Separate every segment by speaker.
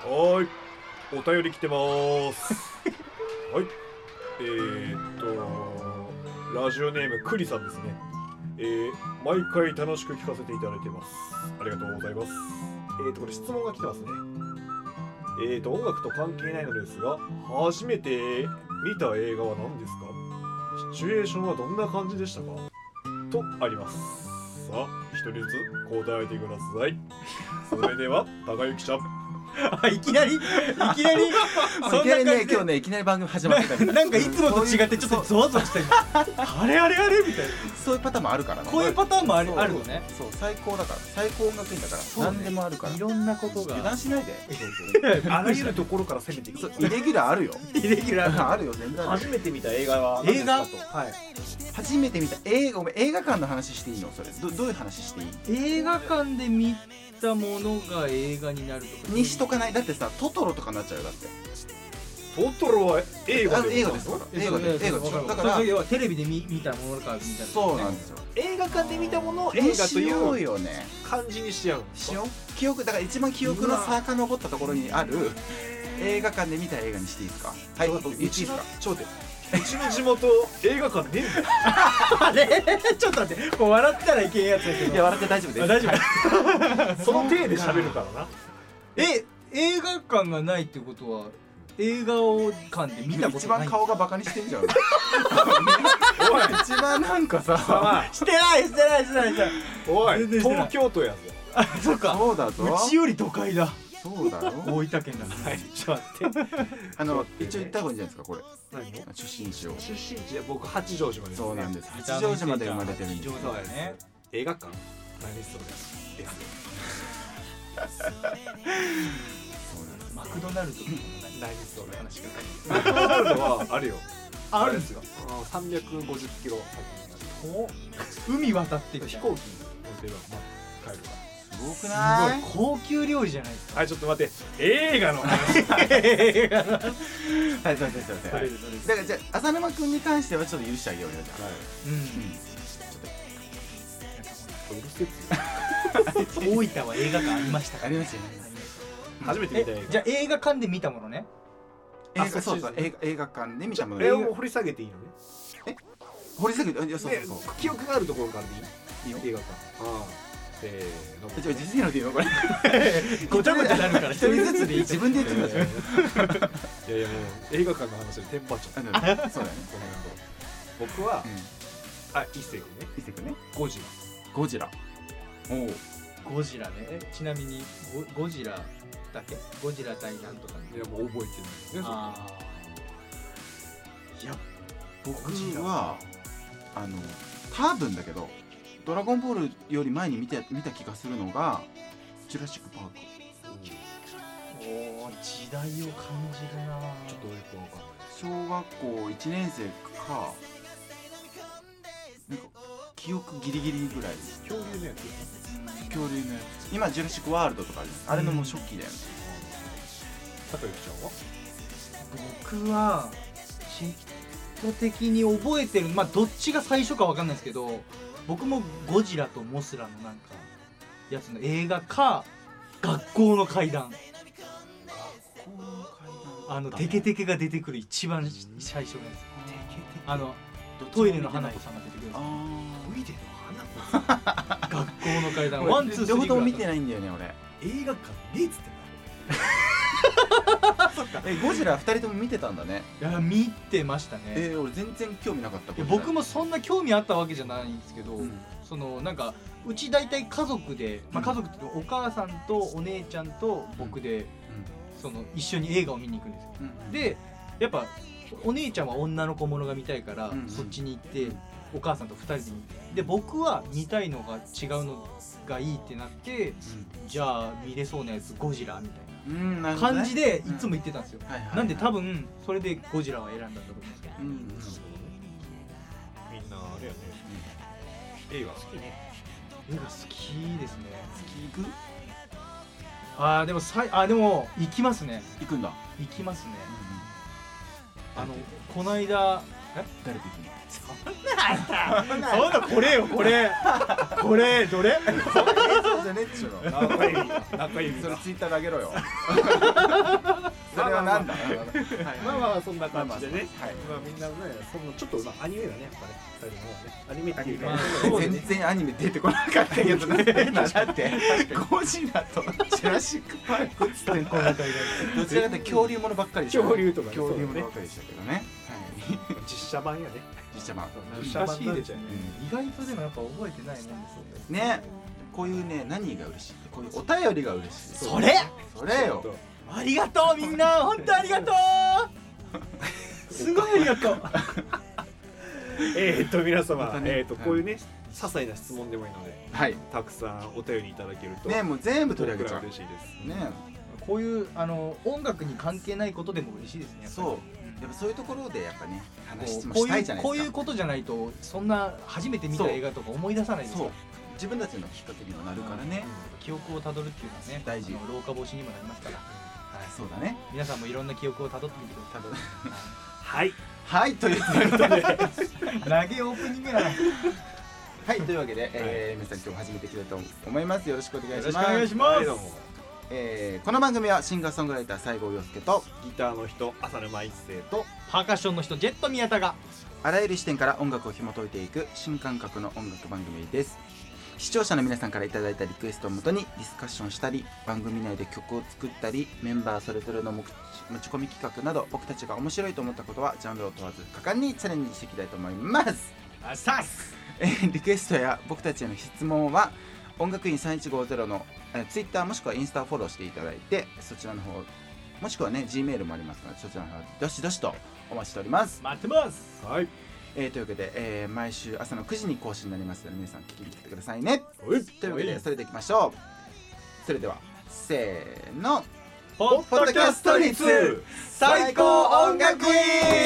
Speaker 1: はーいお便り来てまー すはいえー、っとラジオネームクリさんですねえー、毎回楽しく聞かせていただいてますありがとうございますえー、っとこれ質問が来てますねえー、っと音楽と関係ないのですが初めて見た映画は何ですかシチュエーションはどんな感じでしたかとありますさあ一人ずつ答えてくださいそれでは高雪ちゃん
Speaker 2: あいきなりい きなりそ
Speaker 3: い
Speaker 2: ん
Speaker 3: きな
Speaker 2: な
Speaker 3: り
Speaker 2: 感じで
Speaker 3: ね今日ねいきなり番組始まったみたい な
Speaker 2: なんかいつもと違ってちょっとゾワゾワしてるあれあれあれみたいな
Speaker 3: そういうパターンもあるからね
Speaker 2: こういうパターンもあり
Speaker 3: そう
Speaker 2: あるのね
Speaker 3: そう最高だから最高音楽院だから
Speaker 2: うね
Speaker 3: 何でもあるから
Speaker 2: いろんなこと
Speaker 3: 油
Speaker 2: が
Speaker 3: 断しないで
Speaker 1: あらゆるところから攻めてい
Speaker 3: そう
Speaker 1: く
Speaker 3: イレギュラーあるよ
Speaker 2: イレギュラー
Speaker 3: あるよ全然あるよ
Speaker 1: めて見た映画は
Speaker 2: 映画
Speaker 1: はい
Speaker 3: 初めて見た映画ごめん映画館の話していいのそれどどういう話していい
Speaker 4: 映画館で見たものが映画になるとか
Speaker 3: にしとかないだってさトトロとかになっちゃうよだって
Speaker 1: トトロは映
Speaker 3: あ
Speaker 1: 画
Speaker 3: の
Speaker 1: で
Speaker 3: 映画ですから映画で映画でしょだ
Speaker 4: だ
Speaker 3: か
Speaker 4: からら要はテレビで見見たものかみたいな
Speaker 3: そうなんですよ
Speaker 1: 映画館で見たものを
Speaker 3: に
Speaker 1: 映画と
Speaker 3: しよう
Speaker 1: いう
Speaker 3: よね
Speaker 1: 感じにしちゃう
Speaker 3: しよう記憶だから一番記憶の遡ったところにある映画館で見た映画にしていいですかはい言っていいですか
Speaker 1: ちょっと待ってうちの地元映画館ね
Speaker 2: あ れちょっと待ってこう笑ったらいけんやつやけ
Speaker 3: い
Speaker 2: ど
Speaker 3: や笑って大丈夫です
Speaker 2: あ大丈夫
Speaker 1: えんだその体で喋るからな
Speaker 4: え映画館がないってことは映画を館で見たこと
Speaker 3: 一
Speaker 4: ない
Speaker 3: 番顔がバカにしてんじゃん一番なんかさ
Speaker 1: お
Speaker 2: してないしてないしてないしてない
Speaker 1: いおい
Speaker 2: 全然してない
Speaker 1: 東京都やぞ
Speaker 2: あそっか
Speaker 3: そうだ
Speaker 2: う
Speaker 3: ぞ
Speaker 2: ちより都会だ
Speaker 3: そうだろ
Speaker 2: 大分県だ
Speaker 1: はいちょっと待って
Speaker 3: あの一応言った方がいいんじゃないですかこれ
Speaker 1: 何の
Speaker 3: 出身地を
Speaker 1: 出身地は僕八丈島です
Speaker 3: そうなんです八丈島で生まれてるんです
Speaker 4: 八丈島だよね
Speaker 1: 映画館何それ映画館
Speaker 3: そうなんです
Speaker 4: マクドナルドとかもない
Speaker 1: 何それ
Speaker 4: 話が
Speaker 1: あるのは あるよ
Speaker 2: ある
Speaker 1: ですよ三百五十キロ
Speaker 4: 海渡ってきた
Speaker 1: 飛行機乗ってればまあ帰るか
Speaker 3: すごくな
Speaker 2: す
Speaker 3: い
Speaker 2: ごい高級料理じゃないです
Speaker 1: はいちょっと待って映画の話
Speaker 3: はいそうですそうです
Speaker 1: は
Speaker 3: はいいだからじゃあ浅沼君に関してはちょっと許してあげようよじゃあ
Speaker 4: うん
Speaker 2: か大分は映画館ありました
Speaker 3: ありましたよね
Speaker 1: 初めて見た映
Speaker 4: え
Speaker 1: 画
Speaker 4: じゃあ映画館で見たものね
Speaker 3: 映
Speaker 1: あ
Speaker 3: 画そう
Speaker 1: そ
Speaker 3: そうう
Speaker 1: です
Speaker 3: 映画映画館で見たもの
Speaker 1: これを掘り下げていいのね
Speaker 3: 掘り下げてあいやそう
Speaker 1: で
Speaker 3: そうそう
Speaker 1: 記憶があるところからで
Speaker 3: いいよ
Speaker 1: いい映画館ああせーの
Speaker 3: えじゃあ実際のでいいのこれ
Speaker 2: ごちゃごちゃなるから
Speaker 3: 一人ずつでいい自分で言ってた じゃん
Speaker 1: いやいやもう映画館の話でテンパっちゃった
Speaker 3: あのねそうだね
Speaker 1: この野郎僕は
Speaker 3: うん
Speaker 1: あ一星君ね
Speaker 3: 見てくね
Speaker 1: ゴジ
Speaker 3: ゴジラおお
Speaker 4: ゴジラねえちなみにゴゴジラだけゴジラ対なんとか
Speaker 1: ラいやもう覚えてないね
Speaker 4: あ
Speaker 2: いや
Speaker 3: 僕
Speaker 2: ゴジラ
Speaker 3: はあの多分だけど「ドラゴンボール」より前に見て見た気がするのが「ジュラシック・パーク
Speaker 1: うんちょ
Speaker 2: おー時代を感じるなぁ
Speaker 1: っとよくわかんない」
Speaker 3: 小学校1年生かなんか記憶ギリギリぐらいです
Speaker 1: 恐竜のやつ
Speaker 3: 恐竜のやつ今「ジュラシック・ワールド」とかあるあれのもう初期だよね、
Speaker 1: 高雪ちゃんは
Speaker 4: 僕は嫉妬的に覚えてるまあどっちが最初かわかんないですけど僕もゴジラとモスラのなんかやつの映画か学校の階段あのテケテケが出てくる一番最初のやつあのトイレの花子さんが出てくるや
Speaker 3: あー
Speaker 1: トイレの花子
Speaker 4: つ学校の階段
Speaker 3: 俺
Speaker 4: ワンツースリ
Speaker 3: 両
Speaker 4: ー
Speaker 3: 方
Speaker 4: ぐ
Speaker 3: とも
Speaker 4: らい
Speaker 3: 見てないんだよね俺
Speaker 1: 映画館ねえっつってんだ
Speaker 3: えゴジラ2人とも見てたんだね
Speaker 4: いや見てましたね
Speaker 3: えー、俺全然興味なかった
Speaker 4: いや僕もそ
Speaker 3: なん
Speaker 4: な興味あったわけじゃないんですけど、
Speaker 3: うん
Speaker 4: そのなんかうち大体家族で、まあ、
Speaker 3: うん
Speaker 4: 家族っていうかお母さんとお姉ちゃんと僕でその一緒に映画を見に行くんですよ
Speaker 3: うんうん
Speaker 4: でやっぱお姉ちゃんは女の子ものが見たいから、
Speaker 3: うん
Speaker 4: そっちに行ってお母さんと2人で見に行くで僕は見たいのが違うのがいいってなってじゃあ見れそうなやつゴジラみたい
Speaker 3: うんうん
Speaker 4: な
Speaker 3: なるほどね
Speaker 4: 感じでいつも言ってたんですよ、
Speaker 3: はいはいはい
Speaker 4: なんで多分それでゴジラは選んだんだと思うんですけど
Speaker 3: うんうん
Speaker 1: みんなあれやね映画好きね
Speaker 4: 映画好きですね
Speaker 3: 月行く
Speaker 4: あーでもさいあーでも行きますね
Speaker 3: 行くんだ、
Speaker 4: 行きますね
Speaker 3: うんうん、
Speaker 4: あのこないだ
Speaker 3: 誰と行くの
Speaker 2: そうだこれよこれこれどれ
Speaker 3: そうじゃゃねっちゅうの
Speaker 1: 中指中指
Speaker 3: それ
Speaker 1: が
Speaker 3: ツイッターであげろよそれはなんだ
Speaker 1: まあまあそんな
Speaker 3: まあ
Speaker 1: 感
Speaker 3: まあ
Speaker 1: じでね、
Speaker 3: はい
Speaker 1: まあみんなね、そのちょっとまあアニメだね、やっぱね、二人の方はね、アニメっていうか、
Speaker 2: まあ
Speaker 1: そうね
Speaker 3: 全然アニメ出てこなかったけどねだってゴジラとジュラシック・パークっつって
Speaker 4: こんな会が
Speaker 3: どちらかというと恐竜ものばっかりでしたね
Speaker 1: 恐竜とかね
Speaker 3: 恐竜
Speaker 1: そうだ
Speaker 3: もの
Speaker 1: ね
Speaker 3: ばっかりでしたけどねはい
Speaker 1: 実写版やね。
Speaker 3: 実写版
Speaker 1: 難
Speaker 4: 難
Speaker 1: し
Speaker 4: し
Speaker 1: い
Speaker 4: い
Speaker 1: で
Speaker 4: ですす
Speaker 1: ね
Speaker 4: ね意外とでもやっぱ覚えてないもんですよね
Speaker 3: ねこういうね何が嬉しいってこういうお便りが嬉しい
Speaker 4: それ
Speaker 3: それよ
Speaker 4: ありがとうみん な本当ありがとうすごいありがとう
Speaker 1: えーっと皆様、
Speaker 3: またね
Speaker 1: えーっとこういうね、些細な質問でもいいので、
Speaker 3: はい
Speaker 1: たくさんお便りいただけると、
Speaker 3: ねもう全部取り上げ
Speaker 1: 僕
Speaker 3: ちゃ
Speaker 1: ら
Speaker 3: うね
Speaker 1: 嬉しいです。
Speaker 4: こういうあの音楽に関係ないことでも嬉しいですねやっぱり
Speaker 3: そ
Speaker 4: う
Speaker 3: う
Speaker 4: ん
Speaker 3: やっぱそういうところでやっぱね話も
Speaker 4: こう
Speaker 3: した
Speaker 4: い
Speaker 3: いじゃ
Speaker 4: う
Speaker 3: ない
Speaker 4: こう
Speaker 3: で
Speaker 4: い
Speaker 3: す
Speaker 4: う
Speaker 3: か
Speaker 4: ことじゃないとそんな初めて見た映画とか思い出さないですか
Speaker 3: そう
Speaker 4: ら
Speaker 3: 自分たちのきっかけにもなるからね
Speaker 4: 記憶をたどるっていうのはね
Speaker 3: 大事
Speaker 4: あの老化防止にもなりますから
Speaker 3: そうだね
Speaker 4: 皆さんもいろんな記憶をたどってみてくだ
Speaker 1: はい、
Speaker 3: はいという
Speaker 4: さい投げオープニングやなよ
Speaker 3: はいというわけで、えー皆さん今日も始めていきたいと思いますよろしくお願いし
Speaker 4: ろしくお
Speaker 3: ます
Speaker 4: 願いしま
Speaker 1: はい
Speaker 4: す
Speaker 1: どうも
Speaker 3: えーこの番組はシンガーソングライター西郷陽介と
Speaker 1: ギターの人浅沼一生と
Speaker 4: パーカッションの人ジェット宮田が
Speaker 3: あらゆる視点から音楽を紐解いていく新感覚の音楽番組です視聴者の皆さんからいただいたリクエストをもとにディスカッションしたり番組内で曲を作ったりメンバーそれぞれの持ち持ち込み企画など僕たちが面白いと思ったことはジャンルを問わず果敢にチャレンジしていきたいと思います
Speaker 4: あさっす
Speaker 3: えーリクエストや僕たちへの質問は音楽院3150のツイッター Twitter もしくはインスタをフォローしていただいてそちらの方もしくはね G メールもありますのでそちらの方どしどしとお待ちしております、
Speaker 4: 待ってます
Speaker 1: はい、
Speaker 3: えーというわけで、えー毎週朝の9時に更新になりますので皆さん聞きに来てくださいね
Speaker 1: ほい
Speaker 3: というわけでそれでいきましょうそれではせーの
Speaker 4: ポッドキャスト率最高音楽院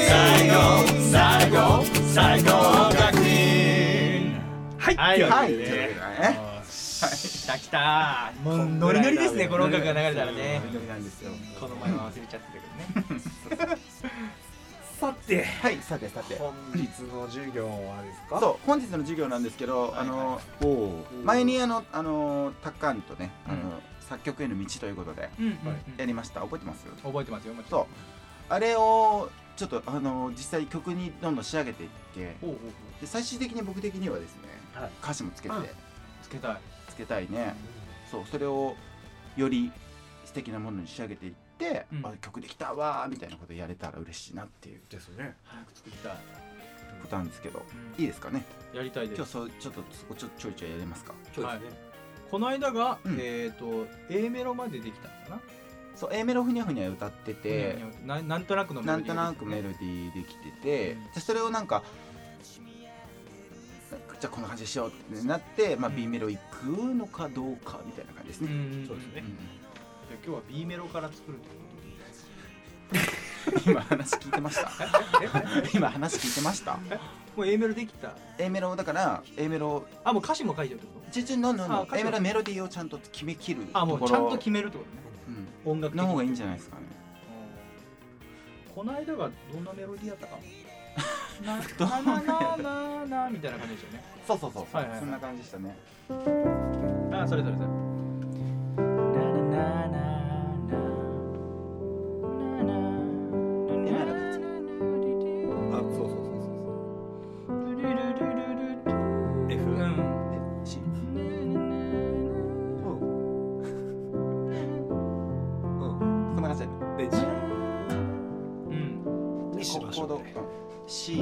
Speaker 3: 最高
Speaker 4: 最高最高音楽院はい
Speaker 1: はい
Speaker 3: はい、
Speaker 1: ね
Speaker 3: というわけでね
Speaker 4: 来た来たもうノリノリですねこの音楽が流れたらね
Speaker 3: ノリノリなんですよ
Speaker 4: この前は忘れちゃってたけどね
Speaker 1: さて
Speaker 3: はいさてさて
Speaker 1: 本日の授業はですか
Speaker 3: そう本日の授業なんですけ
Speaker 4: は
Speaker 3: ど、
Speaker 4: いはいはい
Speaker 3: あの前にあのあのタッカンとね、あ
Speaker 4: う
Speaker 3: の作曲への道ということで
Speaker 4: うんうん
Speaker 1: はい
Speaker 3: やりました覚えてます
Speaker 4: 覚えてますよもちろん
Speaker 3: そうあれをちょっとあの実際曲にどんどん仕上げていって
Speaker 4: ほうほうほう
Speaker 3: で最終的に僕的にはですね、
Speaker 1: はい
Speaker 3: 歌詞もつけて
Speaker 1: うん
Speaker 4: つけたい
Speaker 3: つけたいねそうそれをより素敵なものに仕上げていって、
Speaker 4: うん
Speaker 3: あ曲できたわーみたいなことやれたら嬉しいなっていう
Speaker 1: ですね
Speaker 4: 早く作りたい
Speaker 3: ことなんですけど
Speaker 4: うん
Speaker 3: いいですかね
Speaker 4: やりたいで
Speaker 3: 今日
Speaker 4: す
Speaker 3: そうちょっとそこちょちょいちょいやりますか
Speaker 1: そうですね
Speaker 4: この間が
Speaker 3: うん
Speaker 4: えっと A メロまでできたのかな
Speaker 3: そう A メロふにゃふにゃ歌ってて、
Speaker 4: ななんとなくのメ
Speaker 3: な
Speaker 4: ロ
Speaker 3: ん
Speaker 4: ディ
Speaker 3: と
Speaker 4: ー
Speaker 3: なくメロディーできてて、
Speaker 4: うん
Speaker 3: でそれをなんかじゃあこんな感じでしようってなって、まあ、
Speaker 4: うん
Speaker 3: B メロ行くのかどうかみたいな感じです
Speaker 4: うんう
Speaker 3: ね、
Speaker 4: ん
Speaker 1: そうですね
Speaker 4: じゃあ
Speaker 3: うん
Speaker 4: 今日は B メロから作るってことでいいですか
Speaker 3: 今話聞いてました今話聞いてました
Speaker 4: もう A メロできた
Speaker 3: A メロだから A メロ
Speaker 4: あもう歌詞も書いてるってこ
Speaker 3: ちょちょのの
Speaker 4: あ
Speaker 3: の
Speaker 4: 歌詞
Speaker 3: A メロメロディーをちゃんと決めきる
Speaker 4: とあもう
Speaker 3: とこ
Speaker 4: ちゃ
Speaker 3: ろ
Speaker 4: んと決めるってことね
Speaker 3: うん
Speaker 4: 音楽的
Speaker 3: の
Speaker 4: に
Speaker 3: 方がいいんじゃないですかね
Speaker 4: うんこの間がどんなメロディーやったかな
Speaker 3: どんなメロディーや
Speaker 4: な
Speaker 3: っ
Speaker 4: な
Speaker 3: た
Speaker 4: ななみたいな感じでしたよね
Speaker 3: そうそうそう、
Speaker 4: はいはいはい
Speaker 3: そんな感じでしたね
Speaker 4: あそれそれそれ
Speaker 1: あそうそうそうそうそう F うん
Speaker 4: うん
Speaker 3: 今のだと C そんな感じで
Speaker 1: で G
Speaker 4: うん
Speaker 1: にしましょう、ね、
Speaker 3: C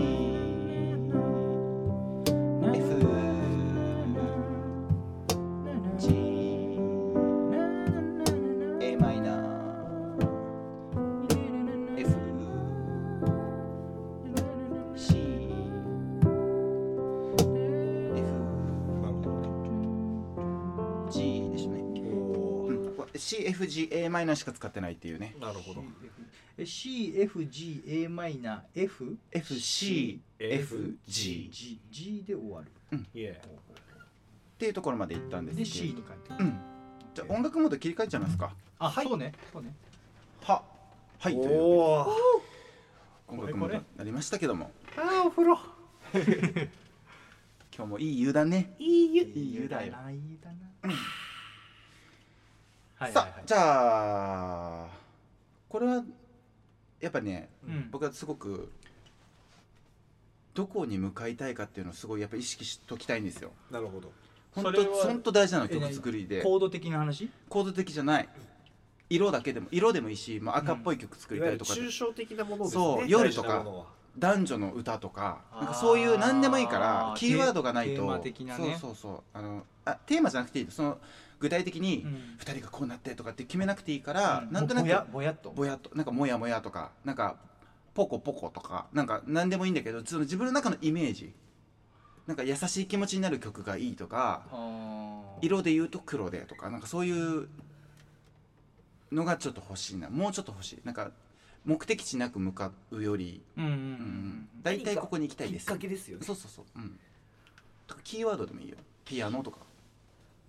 Speaker 3: F G A マイナー F C F G でしたね。
Speaker 1: お
Speaker 3: う
Speaker 1: ー
Speaker 3: ん、C F G A マイナーしか使ってないっていうね。
Speaker 1: なるほど
Speaker 4: CFGAmFG
Speaker 3: F C F G っ
Speaker 4: G で終わる
Speaker 1: いえ
Speaker 3: ていうところまで行ったんですけ
Speaker 4: で
Speaker 3: ど。
Speaker 4: C に変えて
Speaker 3: うん。じゃあ音楽モード切り替えちゃいますか。
Speaker 4: あそうねそうね
Speaker 3: ははいというわ
Speaker 1: おお
Speaker 3: けで音楽モードになりましたけども
Speaker 1: あお風呂
Speaker 3: 今日もいい湯だね
Speaker 1: いい湯
Speaker 3: いい湯だよ
Speaker 4: いい湯だなはいはい
Speaker 3: さ
Speaker 4: は
Speaker 3: あ
Speaker 4: い
Speaker 3: じゃあこれはやっぱね
Speaker 4: うん
Speaker 3: 僕はすごくどこに向かいたいかっていうのをすごいやっぱ意識しときたいんですよ
Speaker 1: なるほど
Speaker 3: 本
Speaker 4: それ
Speaker 3: 当
Speaker 4: は
Speaker 3: 本当大事なの
Speaker 4: え
Speaker 3: 曲作りで
Speaker 4: コード的な話
Speaker 3: 構造的じゃない色だけでも色でもいいし、まあ、赤っぽい曲作
Speaker 1: い
Speaker 3: り
Speaker 1: わ
Speaker 3: た
Speaker 1: ゆ
Speaker 3: い
Speaker 1: る
Speaker 3: とか、
Speaker 1: 抽象的なものですね
Speaker 3: そう夜とか
Speaker 1: 大事なものは
Speaker 3: 男女の歌とか
Speaker 4: あー
Speaker 3: なんかそういう何でもいいからキーワードがないと
Speaker 4: テーマ的なね
Speaker 3: そうそうそうあのあテーマじゃなくていいその具体的に
Speaker 4: うん
Speaker 3: 2人がこうなってとかって決めなくていいから、なんとな
Speaker 4: ぼや
Speaker 3: く
Speaker 4: ぼやっと
Speaker 3: ぼやっとなんかもやもやとかなんかポコポコとかなんか何でもいいんだけどその自分の中のイメージなんか優しい気持ちになる曲がいいとか
Speaker 4: あー
Speaker 3: 色で言うと黒でとかなんかそういうのがちょっと欲しいなもうちょっと欲しいなんか目的地なく向かうより、
Speaker 4: うんうんう
Speaker 3: うん
Speaker 4: んうん
Speaker 3: 大体ここに行きたい
Speaker 1: き
Speaker 3: で
Speaker 1: っ
Speaker 3: す
Speaker 1: かけですよね
Speaker 3: そうそうそううんとかキーワードでもいいよピアノとか、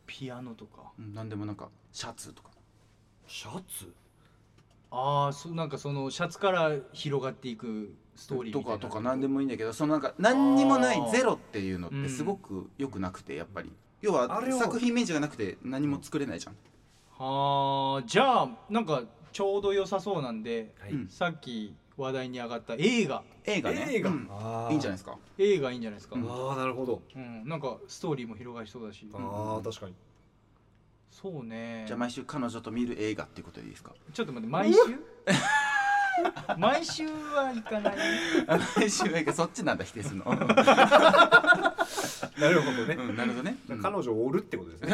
Speaker 4: ピアノとか
Speaker 3: うん、何でもなんかシャツとか
Speaker 1: シャツ
Speaker 4: ああそうなんかそのシャツから広がっていくストーリー
Speaker 3: と
Speaker 4: みたい
Speaker 3: か
Speaker 4: な
Speaker 3: とか何でもいいんだけどそのなんか何にもない
Speaker 4: あー
Speaker 3: ゼロっていうのっ
Speaker 4: う
Speaker 3: て
Speaker 4: ん
Speaker 3: すごく良くなくてやっぱり要
Speaker 1: あ
Speaker 3: は
Speaker 1: れを
Speaker 3: 作品イメージがなくて何も作れないじゃん
Speaker 4: はあじゃあなんかちょうど良さそうなんで、
Speaker 1: は
Speaker 3: うん
Speaker 4: さっき話題に上がった映画
Speaker 3: 映画ね
Speaker 1: 映画、
Speaker 3: うん
Speaker 1: あー
Speaker 3: いいんじゃないですか
Speaker 4: 映画いいんじゃないですか、
Speaker 3: う
Speaker 4: うんん
Speaker 1: ああなるほど
Speaker 4: なんかストーリーも広がりそうだし、
Speaker 1: ああ確かに
Speaker 4: そうね
Speaker 3: じゃあ毎週彼女と見る映画っていうことでい いですか
Speaker 4: ちょっと待って 毎週毎週はいかない
Speaker 3: 毎週映画そっちなんだ否定す るの
Speaker 1: なるほどね
Speaker 3: うんなるほどね
Speaker 1: 彼女を折るってことですね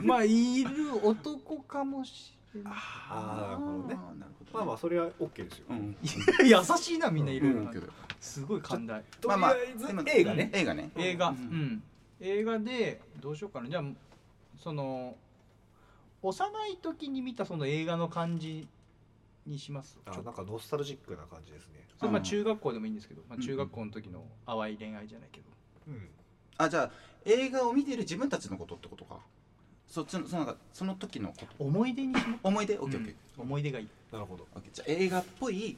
Speaker 4: まあいる男かもしれない
Speaker 1: ああなるほどね
Speaker 3: あーなるほど
Speaker 1: まあまあそれは OK ですよ
Speaker 3: うん
Speaker 4: 優しいなみんない
Speaker 3: うん
Speaker 4: ろいろ
Speaker 3: うんけど
Speaker 4: すごい寛大
Speaker 1: と
Speaker 3: まあ
Speaker 1: り
Speaker 3: ま
Speaker 1: あ
Speaker 3: あ
Speaker 1: えず
Speaker 3: でも
Speaker 1: 映画ね
Speaker 3: 映画ね
Speaker 4: 映画、
Speaker 3: う
Speaker 4: うんん映画でどうしようかなじゃあその幼い時に見たその映画の感じにします
Speaker 1: あ
Speaker 4: ちょっ
Speaker 1: ーな
Speaker 4: と
Speaker 1: んかノスタルジックな感じですね
Speaker 4: それまあ
Speaker 3: うん
Speaker 4: 中学校でもいいんですけど、まあ、
Speaker 3: うん
Speaker 4: 中学校の時の淡い恋愛じゃないけど、
Speaker 1: うん
Speaker 3: あじゃあ映画を見ている自分たちのことってことかそっちのそのなんかその時のこと
Speaker 4: 思い出にしま
Speaker 3: 思い出オッケーオッケー
Speaker 4: す思い出がいい
Speaker 1: なるほど
Speaker 3: オッケーじゃあ映画っぽい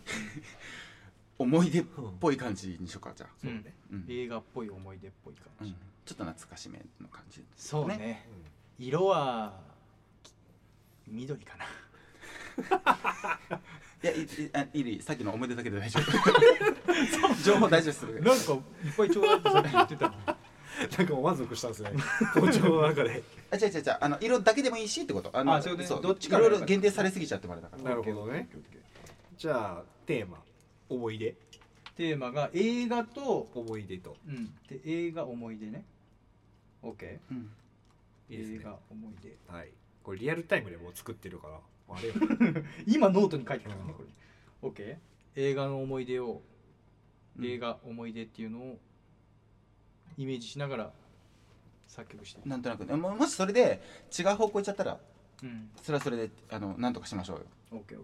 Speaker 3: 思い出っ
Speaker 1: うん
Speaker 3: ぽい感じにしようかじゃあ、
Speaker 1: そうね
Speaker 3: うんうん
Speaker 4: 映画っぽい思い出っぽい感じ、
Speaker 3: ちょっと懐かしめの感じ
Speaker 4: そうね色はき緑かない
Speaker 3: やいいあいいいいさっきの思い出だけで大丈夫情報大丈夫
Speaker 4: な
Speaker 3: です
Speaker 4: んかいっぱいちょうだいってさっき言ってたの
Speaker 1: うんなんかもう満足したん ですね包丁の中で
Speaker 3: あ違う違う違うあの色だけでもいいしってことあの
Speaker 4: あそういうことね
Speaker 3: そう
Speaker 4: どっちか
Speaker 3: い
Speaker 4: が
Speaker 3: ろいろ限定されすぎちゃってもあれだから
Speaker 1: なるほどねじゃあテーマ思い出
Speaker 4: テーマが映画と、
Speaker 1: 思い出と
Speaker 4: うん、で映画思い出ね OK
Speaker 3: うん
Speaker 1: いいですね
Speaker 4: 映画思い出
Speaker 1: はいこれリアルタイムでもう作ってるからあれよ
Speaker 4: 今ノートに書いてるから
Speaker 1: うん
Speaker 4: ねこれ OK 映画の思い出を、
Speaker 3: うん
Speaker 4: 映画思い出っていうのをイメージしながら作曲して
Speaker 3: なんとなくねももしそれで違う方向行っちゃったら
Speaker 4: うん
Speaker 3: それはそれであのなんとかしましょうよ
Speaker 4: OKOKOKOK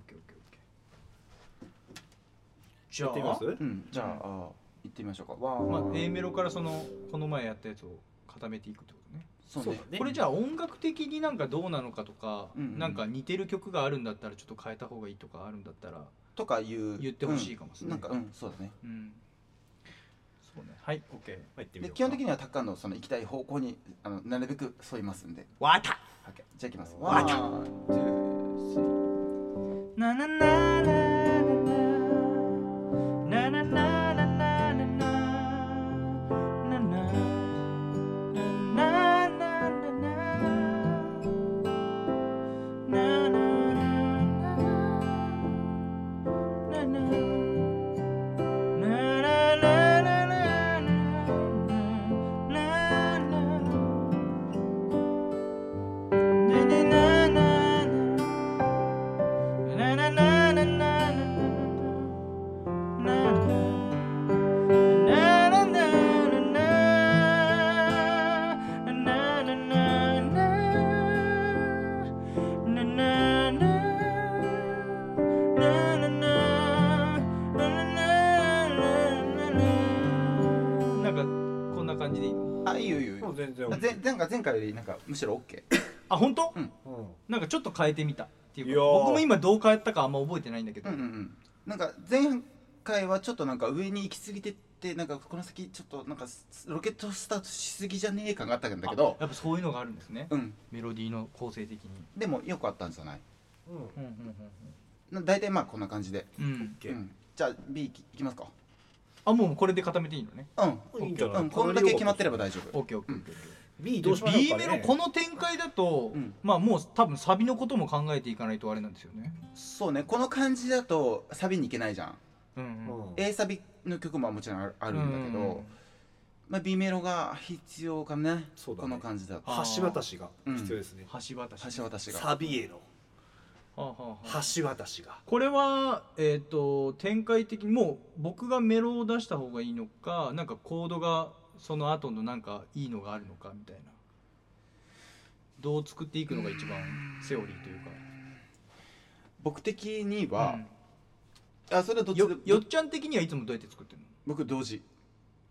Speaker 4: じゃ
Speaker 1: やってみま
Speaker 4: あ
Speaker 1: す、
Speaker 3: うんじゃあ,、
Speaker 4: うん
Speaker 3: あー行ってみましょうかわー、
Speaker 4: まあ、A メロからそのこの前やったやつを固めていくってことね
Speaker 3: そう
Speaker 1: そう
Speaker 3: ね
Speaker 1: だね
Speaker 4: これじゃあ音楽的になんかどうなのかとか、
Speaker 3: うんうん
Speaker 4: なんか似てる曲があるんだったらちょっと変えた方がいいとかあるんだったら、
Speaker 3: とかいう
Speaker 4: 言ってほしいかもしれない
Speaker 3: うん、なんかうんそうだね
Speaker 4: うん、そうねはい OK
Speaker 1: 入ってみ
Speaker 3: で
Speaker 1: よう
Speaker 3: 基本的にはタッカンのその行きたい方向にあのなるべく沿いますんで
Speaker 4: わた
Speaker 3: オッケーじゃあ行きます
Speaker 1: わかった
Speaker 3: ワンツースリー
Speaker 4: ななななななななななななななななんかこんな感じでいいの
Speaker 3: あいいよいいよいい
Speaker 1: もう
Speaker 3: よ
Speaker 1: 全然
Speaker 3: あ
Speaker 1: OK
Speaker 3: ぜなんか前回よりなんかむしろ OK
Speaker 4: あ本当、
Speaker 1: うん
Speaker 4: なんかちょっと変えてみたっていう
Speaker 1: いや
Speaker 4: か
Speaker 1: ー
Speaker 4: 僕も今どう変えたかあんま覚えてないんだけ
Speaker 3: う
Speaker 4: ど、
Speaker 3: んうんうんなんか前回はちょっとなんか上に行き過ぎてってなんかこの先ちょっとなんかロケットスタートしすぎじゃねえ感があったんだけど
Speaker 4: やっぱそういうのがあるんですね
Speaker 3: うん
Speaker 4: メロディーの構成的に
Speaker 3: でもよくあったんじゃない
Speaker 1: うん
Speaker 4: うんうん
Speaker 3: な大体まあこんな感じで、
Speaker 4: うんうん
Speaker 1: オッケー
Speaker 3: うんじゃあ B いきいきますか
Speaker 4: あもうこれで固めていいのね
Speaker 3: うん
Speaker 1: いいんじゃない
Speaker 3: うんこんだけ決まってれば大丈夫
Speaker 4: OKOKOK、
Speaker 3: うん
Speaker 1: B どうしましょう
Speaker 4: B
Speaker 1: か、
Speaker 4: メ
Speaker 1: ね、
Speaker 4: ロこの展開だと、
Speaker 3: うん
Speaker 4: まあもう多分サビのことも考えていかないとあれなんですよね
Speaker 3: そうねこの感じだとサビに行けないじゃん
Speaker 4: うんうん
Speaker 1: うん
Speaker 3: A サビの曲ももちろんあるあるんだけど、
Speaker 4: うん
Speaker 3: まあ、B メロが必要かね
Speaker 1: そうだね
Speaker 3: この感じだと
Speaker 4: あー
Speaker 1: 橋渡しが必要ですね、
Speaker 4: 橋渡し
Speaker 3: 橋渡しが
Speaker 1: サビへの
Speaker 4: はあはあはあ
Speaker 1: 橋渡しが
Speaker 4: これは、えっと展開的にもう僕がメロを出した方がいいのかなんかコードがその後のなんかいいのがあるのかみたいなどう作っていくのが一番セオリーというか、
Speaker 3: 僕的に
Speaker 4: う
Speaker 3: は、あそれはどっ
Speaker 4: ん
Speaker 3: ちで
Speaker 4: よよっちゃん的にはいつもどうやって作ってるの
Speaker 3: 僕同時、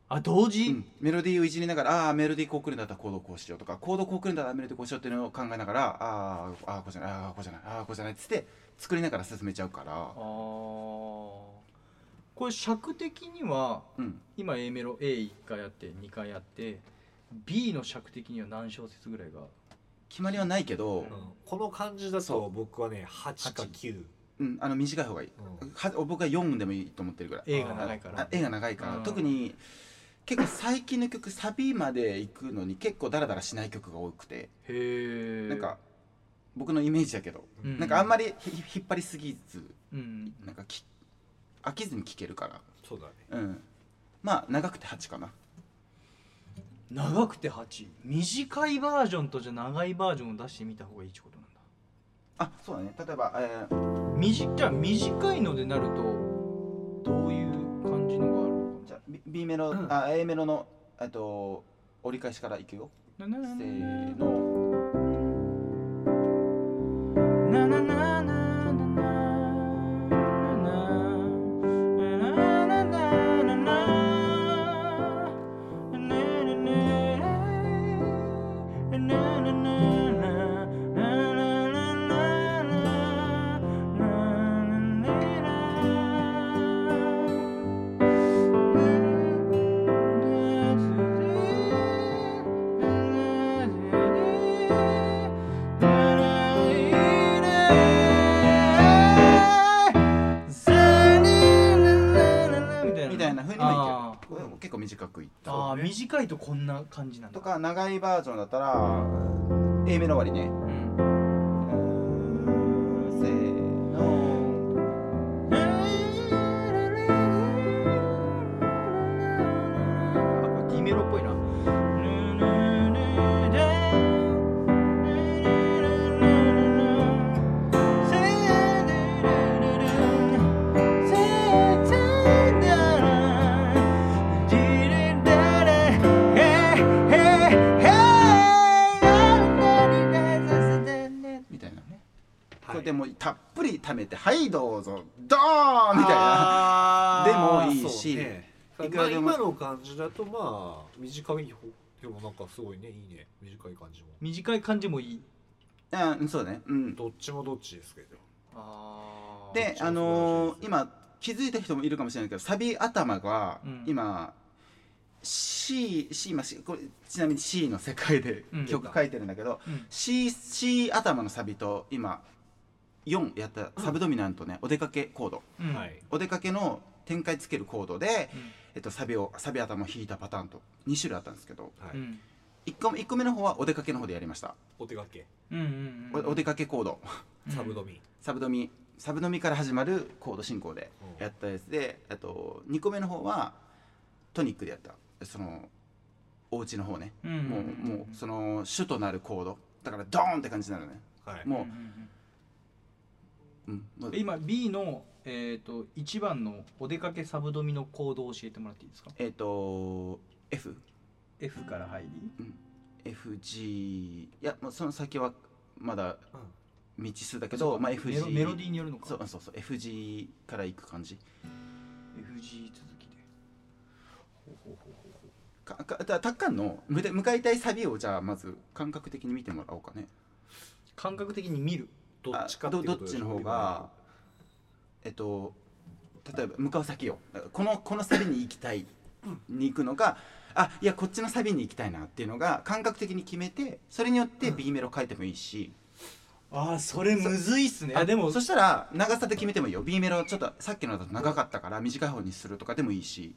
Speaker 4: あ同
Speaker 3: う
Speaker 4: 時、
Speaker 3: んメロディーをいじりながらああーメロディーこうくるんだったらコードこうしようとかコードこうくるんだったらメロディーこうしようっていうのを考えながらあーあーこうじゃないああこうじゃないああこうじゃないっつって作りながら進めちゃうから
Speaker 4: ああこれ尺的には
Speaker 3: うん
Speaker 4: 今 A メロ A1 回あって2回あって B の尺的には何小節ぐらいが
Speaker 3: 決まりはないけど、
Speaker 1: うんこの感じだ
Speaker 3: そ
Speaker 1: と僕はね8か
Speaker 4: 八
Speaker 1: 9、
Speaker 3: うん、あの短い方がいい
Speaker 1: うん
Speaker 3: は僕は4でもいいと思ってるぐらい
Speaker 4: A が長いか
Speaker 3: あ
Speaker 4: ら
Speaker 3: 絵が長いから、
Speaker 4: うん
Speaker 3: 特に結構最近の曲サビまで行くのに結構ダラダラしない曲が多くて、
Speaker 4: へえ
Speaker 3: なんか僕のイメージだけど、
Speaker 4: う
Speaker 3: なんかあんまりひ引っ張りすぎず
Speaker 4: うん
Speaker 3: なんかき飽きずに聴けるか
Speaker 1: そうだね
Speaker 3: ら、うん、まあ長くて8かな
Speaker 4: 長くて8短いバージョンとじゃ長いバージョンを出してみた方がいいってことなんだ
Speaker 3: あそうだね例えば、え
Speaker 4: みじじゃあ短いのでなるとどういう感じのがあるの
Speaker 3: ー
Speaker 4: か
Speaker 3: じゃあ B, B メロ、あ A メロのえっと折り返しからいくよ
Speaker 4: なな
Speaker 3: せ
Speaker 4: な
Speaker 3: ーの
Speaker 4: なななななななななななななな
Speaker 3: み
Speaker 4: みたいな風にも
Speaker 3: たいな風にもいける
Speaker 4: いける
Speaker 3: これも結構短くいった
Speaker 4: あー短いとこんな感じなんだ
Speaker 3: とか長いバージョンだったら A メロ終わりね
Speaker 4: うん
Speaker 3: せーの
Speaker 4: あこれ D メロっぽいな
Speaker 1: はい
Speaker 3: みたいな、これでもうたっぷり貯めて「はいどうぞドーン!」みたいなで
Speaker 1: あ
Speaker 3: も
Speaker 1: ー
Speaker 3: いいし、
Speaker 1: そうね
Speaker 3: いく
Speaker 1: ま
Speaker 3: ら
Speaker 1: あ
Speaker 3: でも
Speaker 1: 今の感じだとまあ短い方でもなんかすごいねいいね短い感じも
Speaker 4: 短い感じもいい
Speaker 3: うんそうだねうん
Speaker 1: どっちもどっちですけど
Speaker 4: あー
Speaker 3: で
Speaker 1: ちも
Speaker 3: あの
Speaker 1: 素晴らしいで
Speaker 3: ー
Speaker 1: す
Speaker 3: 今気づいた人もいるかもしれないけどサビ頭が
Speaker 4: うん
Speaker 3: 今、C, C 今 C これちなみに C の世界で
Speaker 4: うん
Speaker 3: 曲書いてるんだけど、
Speaker 4: うん
Speaker 3: C, C 頭のサビと今4やったサブドミナントね、お出かけコード
Speaker 4: うん
Speaker 1: はい
Speaker 3: お出かけの展開つけるコードで、
Speaker 4: うん
Speaker 3: えっと、サビをサビ頭を弾いたパターンと2種類あったんですけど
Speaker 1: は
Speaker 4: う
Speaker 1: い、
Speaker 4: ん
Speaker 3: 1個 ,1 個目の方はお出かけの方でやりました、
Speaker 1: お手掛け
Speaker 4: うんうんうん
Speaker 3: おお出かけコード
Speaker 1: サブドミ、
Speaker 3: サブドミサブドミから始まるコード進行で
Speaker 1: うん
Speaker 3: やったやつで、あと2個目の方はトニックでやったそのお家の方ね、
Speaker 4: うんうん
Speaker 3: もうもうその主となるコードだからドーンって感じになるね
Speaker 1: はい
Speaker 4: う
Speaker 3: も
Speaker 4: んうん
Speaker 3: う、うんもう
Speaker 4: うん今 B のえっ、と1番のお出かけサブドミのコードを教えてもらっていいですか
Speaker 3: えっ、と F
Speaker 4: F から入り
Speaker 3: FG いやもうその先はまだ未知数だけ
Speaker 4: そ
Speaker 3: ど、
Speaker 4: うか
Speaker 3: まあ、
Speaker 4: メ
Speaker 3: FG
Speaker 4: ロメロディーによるのか
Speaker 3: そうそうそう FG から行く感じ
Speaker 4: FG 続きでほうほうほうほうほう
Speaker 3: かかたたっかんのむで向かいたいサビをじゃあまず感覚的に見てもらおうかね
Speaker 4: 感覚的に見る
Speaker 1: どっちか
Speaker 3: あ
Speaker 1: って
Speaker 3: ど
Speaker 1: いうこ
Speaker 3: ど
Speaker 1: と
Speaker 3: っ
Speaker 1: でし
Speaker 3: ち
Speaker 1: ょ
Speaker 3: の
Speaker 1: う
Speaker 3: 方
Speaker 1: けど
Speaker 3: がえっと例えば向かう先よこのこのサビに行きたいに行くのかあいやこっちのサビに行きたいなっていうのが感覚的に決めてそれによって B メロ変えてもいいし、
Speaker 4: ああそれむずいっすね
Speaker 3: あ
Speaker 4: でも
Speaker 3: そしたら長さで決めてもいいよ B メロちょっとさっきのだと長かったから短い方にするとかでもいいし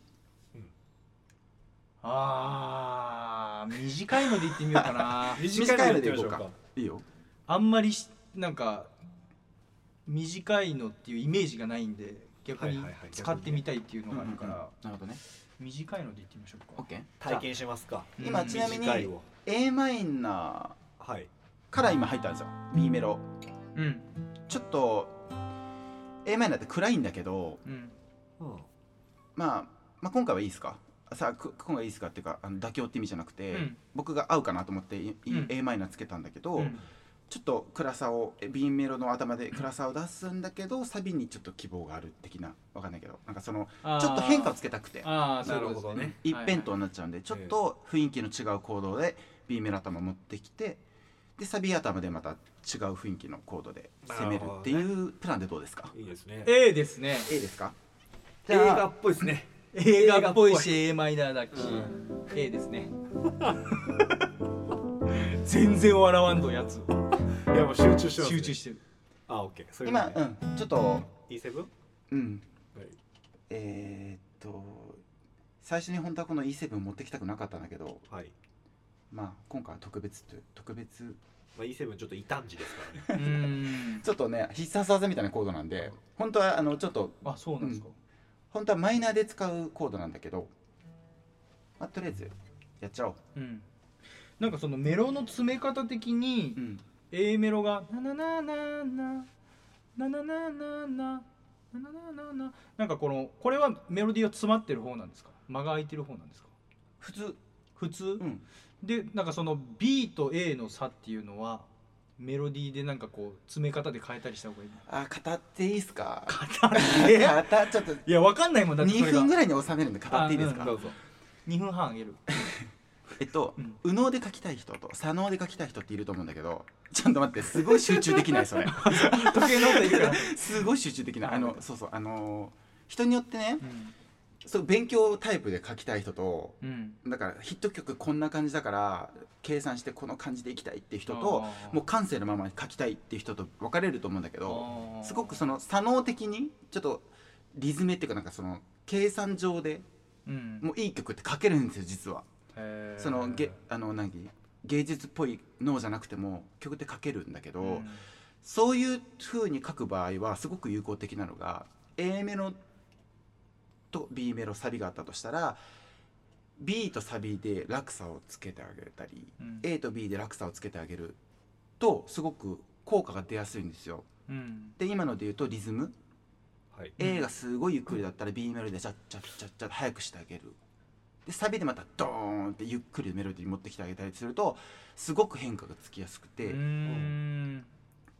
Speaker 4: ああ短いのでいってみようか な
Speaker 1: 短いのでいきましょう
Speaker 3: 短いのでいこ
Speaker 1: か
Speaker 3: いいよ
Speaker 4: あんまりしなんか短いのっていうイメージがないんで逆に
Speaker 1: はいはいはい
Speaker 4: 使ってみたいっていうのがあるから
Speaker 3: なるほどね
Speaker 4: 短いのでいってみましょうか
Speaker 3: OK
Speaker 1: 体験しますか
Speaker 4: うん
Speaker 3: 今ちなみに
Speaker 1: 短いを
Speaker 3: a マイナ
Speaker 1: はい
Speaker 3: ーから今入ったんですよ B メロ
Speaker 4: うん
Speaker 3: ちょっと a マイナーって暗いんだけど
Speaker 4: うん
Speaker 3: まあ、まあ今回はいいですかさあく今回はいいですかっていうかあの妥協って意味じゃなくて、
Speaker 4: うん
Speaker 3: 僕が合うかなと思っていい
Speaker 4: うん
Speaker 3: a マイナーつけたんだけど、
Speaker 4: うん
Speaker 3: ちょっと暗さをえ B メロの頭で暗さを出すんだけどサビにちょっと希望がある的なわかんないけどなんかその
Speaker 4: あー
Speaker 3: ちょっと変化をつけたくて
Speaker 4: ああそう
Speaker 1: な
Speaker 4: いう
Speaker 1: る
Speaker 4: こ
Speaker 1: ほ
Speaker 4: と
Speaker 1: ど
Speaker 4: ですね
Speaker 1: ね
Speaker 3: 一辺倒になっちゃうんで、ちょっと雰囲気の違う行動で B メロ頭持ってきてでサビ頭でまた違う雰囲気のコードで攻めるっていうプランでどうですか
Speaker 1: いいですね
Speaker 4: A ですね
Speaker 3: A ですか
Speaker 1: 映画っぽいですね
Speaker 4: 映画っぽいし A マイナーだし A ですね全然笑わんとやつ
Speaker 1: いやもう集中してますね
Speaker 4: 集中してる
Speaker 1: あオッケーそういう
Speaker 3: 今、うん、ちょっと
Speaker 1: E7 は
Speaker 3: うん
Speaker 1: い
Speaker 3: えー、っと最初に本当はこの E7 持ってきたくなかったんだけど
Speaker 1: はい
Speaker 3: まあ今回は特別という特別
Speaker 1: まあ E7 ちょっと異端児ですからね
Speaker 4: うーん
Speaker 3: ちょっとね必殺技みたいなコードなんで本当 はあのちょっと
Speaker 4: あそうなんですか
Speaker 3: 本当はマイナーで使うコードなんだけど、まあ、とりあえずやっちゃおう、
Speaker 4: うんなんかそのメロの詰め方的に
Speaker 3: うん
Speaker 4: A メロが「ななななななななななななななな」なんかこのこれはメロディーは詰まってる方なんですか間が空いてる方なんですか
Speaker 3: 普通、
Speaker 4: 普通
Speaker 3: うん、
Speaker 4: でなんかその B と A の差っていうのはメロディーでなんかこう詰め方で変えたりした方がいいの
Speaker 3: あ語っていいですか
Speaker 4: 語れ
Speaker 3: 語っちょっと
Speaker 4: いやわかんないもんだってそ
Speaker 3: 2
Speaker 4: れが
Speaker 3: 分ぐらいに収めるんで語っていいです
Speaker 4: あ
Speaker 3: か、
Speaker 4: ん
Speaker 1: どうぞ
Speaker 4: 2分半あげる
Speaker 3: えっと、
Speaker 4: うん
Speaker 3: 右脳で書きたい人と左脳で書きたい人っていると思うんだけどちょっと待ってすごい集中できないそれ
Speaker 4: 時計の音いるから、
Speaker 3: すごい集中できないあのそうそうあのー人によってね
Speaker 4: うん
Speaker 3: そう勉強タイプで書きたい人と
Speaker 4: うん、
Speaker 3: だからヒット曲こんな感じだから計算してこの感じでいきたいっていう人と
Speaker 4: あー
Speaker 3: もう感性のまま書きたいっていう人と分かれると思うんだけど
Speaker 4: あー
Speaker 3: すごくその左脳的にちょっとリズムっていうかなんかその計算上で
Speaker 4: うん
Speaker 3: もういい曲って書けるんですよ実は。
Speaker 4: へー
Speaker 3: そのげあの何芸術っぽい脳じゃなくても曲って書けるんだけど、
Speaker 4: うん
Speaker 3: そういう風に書く場合はすごく有効的なのが A メロと B メロサビがあったとしたら B とサビで落差をつけてあげたり、
Speaker 4: うん
Speaker 3: A と B で落差をつけてあげるとすごく効果が出やすいんですよ。
Speaker 4: うん
Speaker 3: で今ので言うとリズム、
Speaker 1: はい
Speaker 3: A がすごいゆっくりだったら B メロでチャッチャッチャッチャッ早くしてあげるでサビでまたドーンってゆっくりメロディー持ってきてあげたりするとすごく変化がつきやすく
Speaker 4: うー
Speaker 3: て
Speaker 4: ん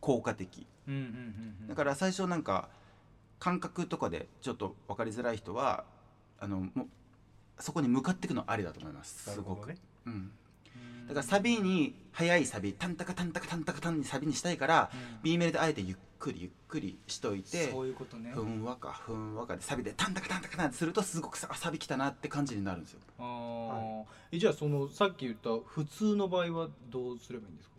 Speaker 3: 効果的、
Speaker 4: うんうんうんうん
Speaker 3: だから最初なんか感覚とかでちょっと分かりづらい人はあのもうそこに向かっていくのありだと思います
Speaker 1: な
Speaker 3: す
Speaker 1: る
Speaker 3: ご
Speaker 1: ほど
Speaker 3: く、
Speaker 1: ね
Speaker 3: うん、だからサビに速いサビタンタカタンタカタンタカタンにサビにしたいから
Speaker 4: うん
Speaker 3: B メロであえてゆっくりゆっくりしといて
Speaker 4: そういうことね
Speaker 3: ふんわかふんわかでサビでタンタカタンタカタンってするとすごくさあサビきたなって感じになるんですよ
Speaker 4: あーえじゃあそのさっき言った普通の場合はどうすればいいんですか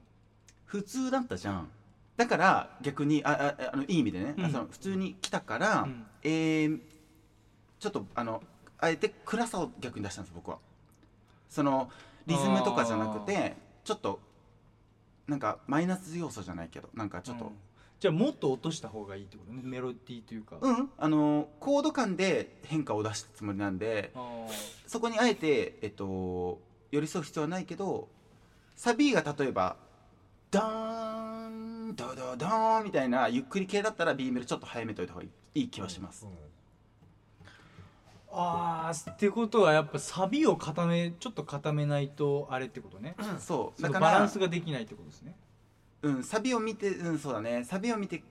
Speaker 3: 普通だったじゃんだから逆にあああのいい意味でね、
Speaker 4: うん
Speaker 3: あその普通に来たから、
Speaker 4: うん
Speaker 3: えーちょっとあのあえて暗さを逆に出したんです僕はそのリズムとかじゃなくてちょっとなんかマイナス要素じゃないけどなんかちょっ
Speaker 4: う
Speaker 3: と
Speaker 4: ん、じゃあもっと落とした方がいいってことねメロディーというか、
Speaker 3: うん、あのコード感で変化を出したつもりなんで
Speaker 4: あ
Speaker 3: そこにあえて、えっと、寄り添う必要はないけどサビが例えば「ダーンドドドーン」みたいなゆっくり系だったら B メロちょっと早めといた方がいいいい気はします
Speaker 1: う。ん
Speaker 4: あーってことはやっぱサビを固めちょっと固めないとあれってことね
Speaker 3: そ
Speaker 4: そ
Speaker 3: うだ
Speaker 4: の
Speaker 3: か
Speaker 4: バラン
Speaker 3: ら
Speaker 4: ス、ができないってことですね
Speaker 3: うん、サビを見てうんそうだねサビを見て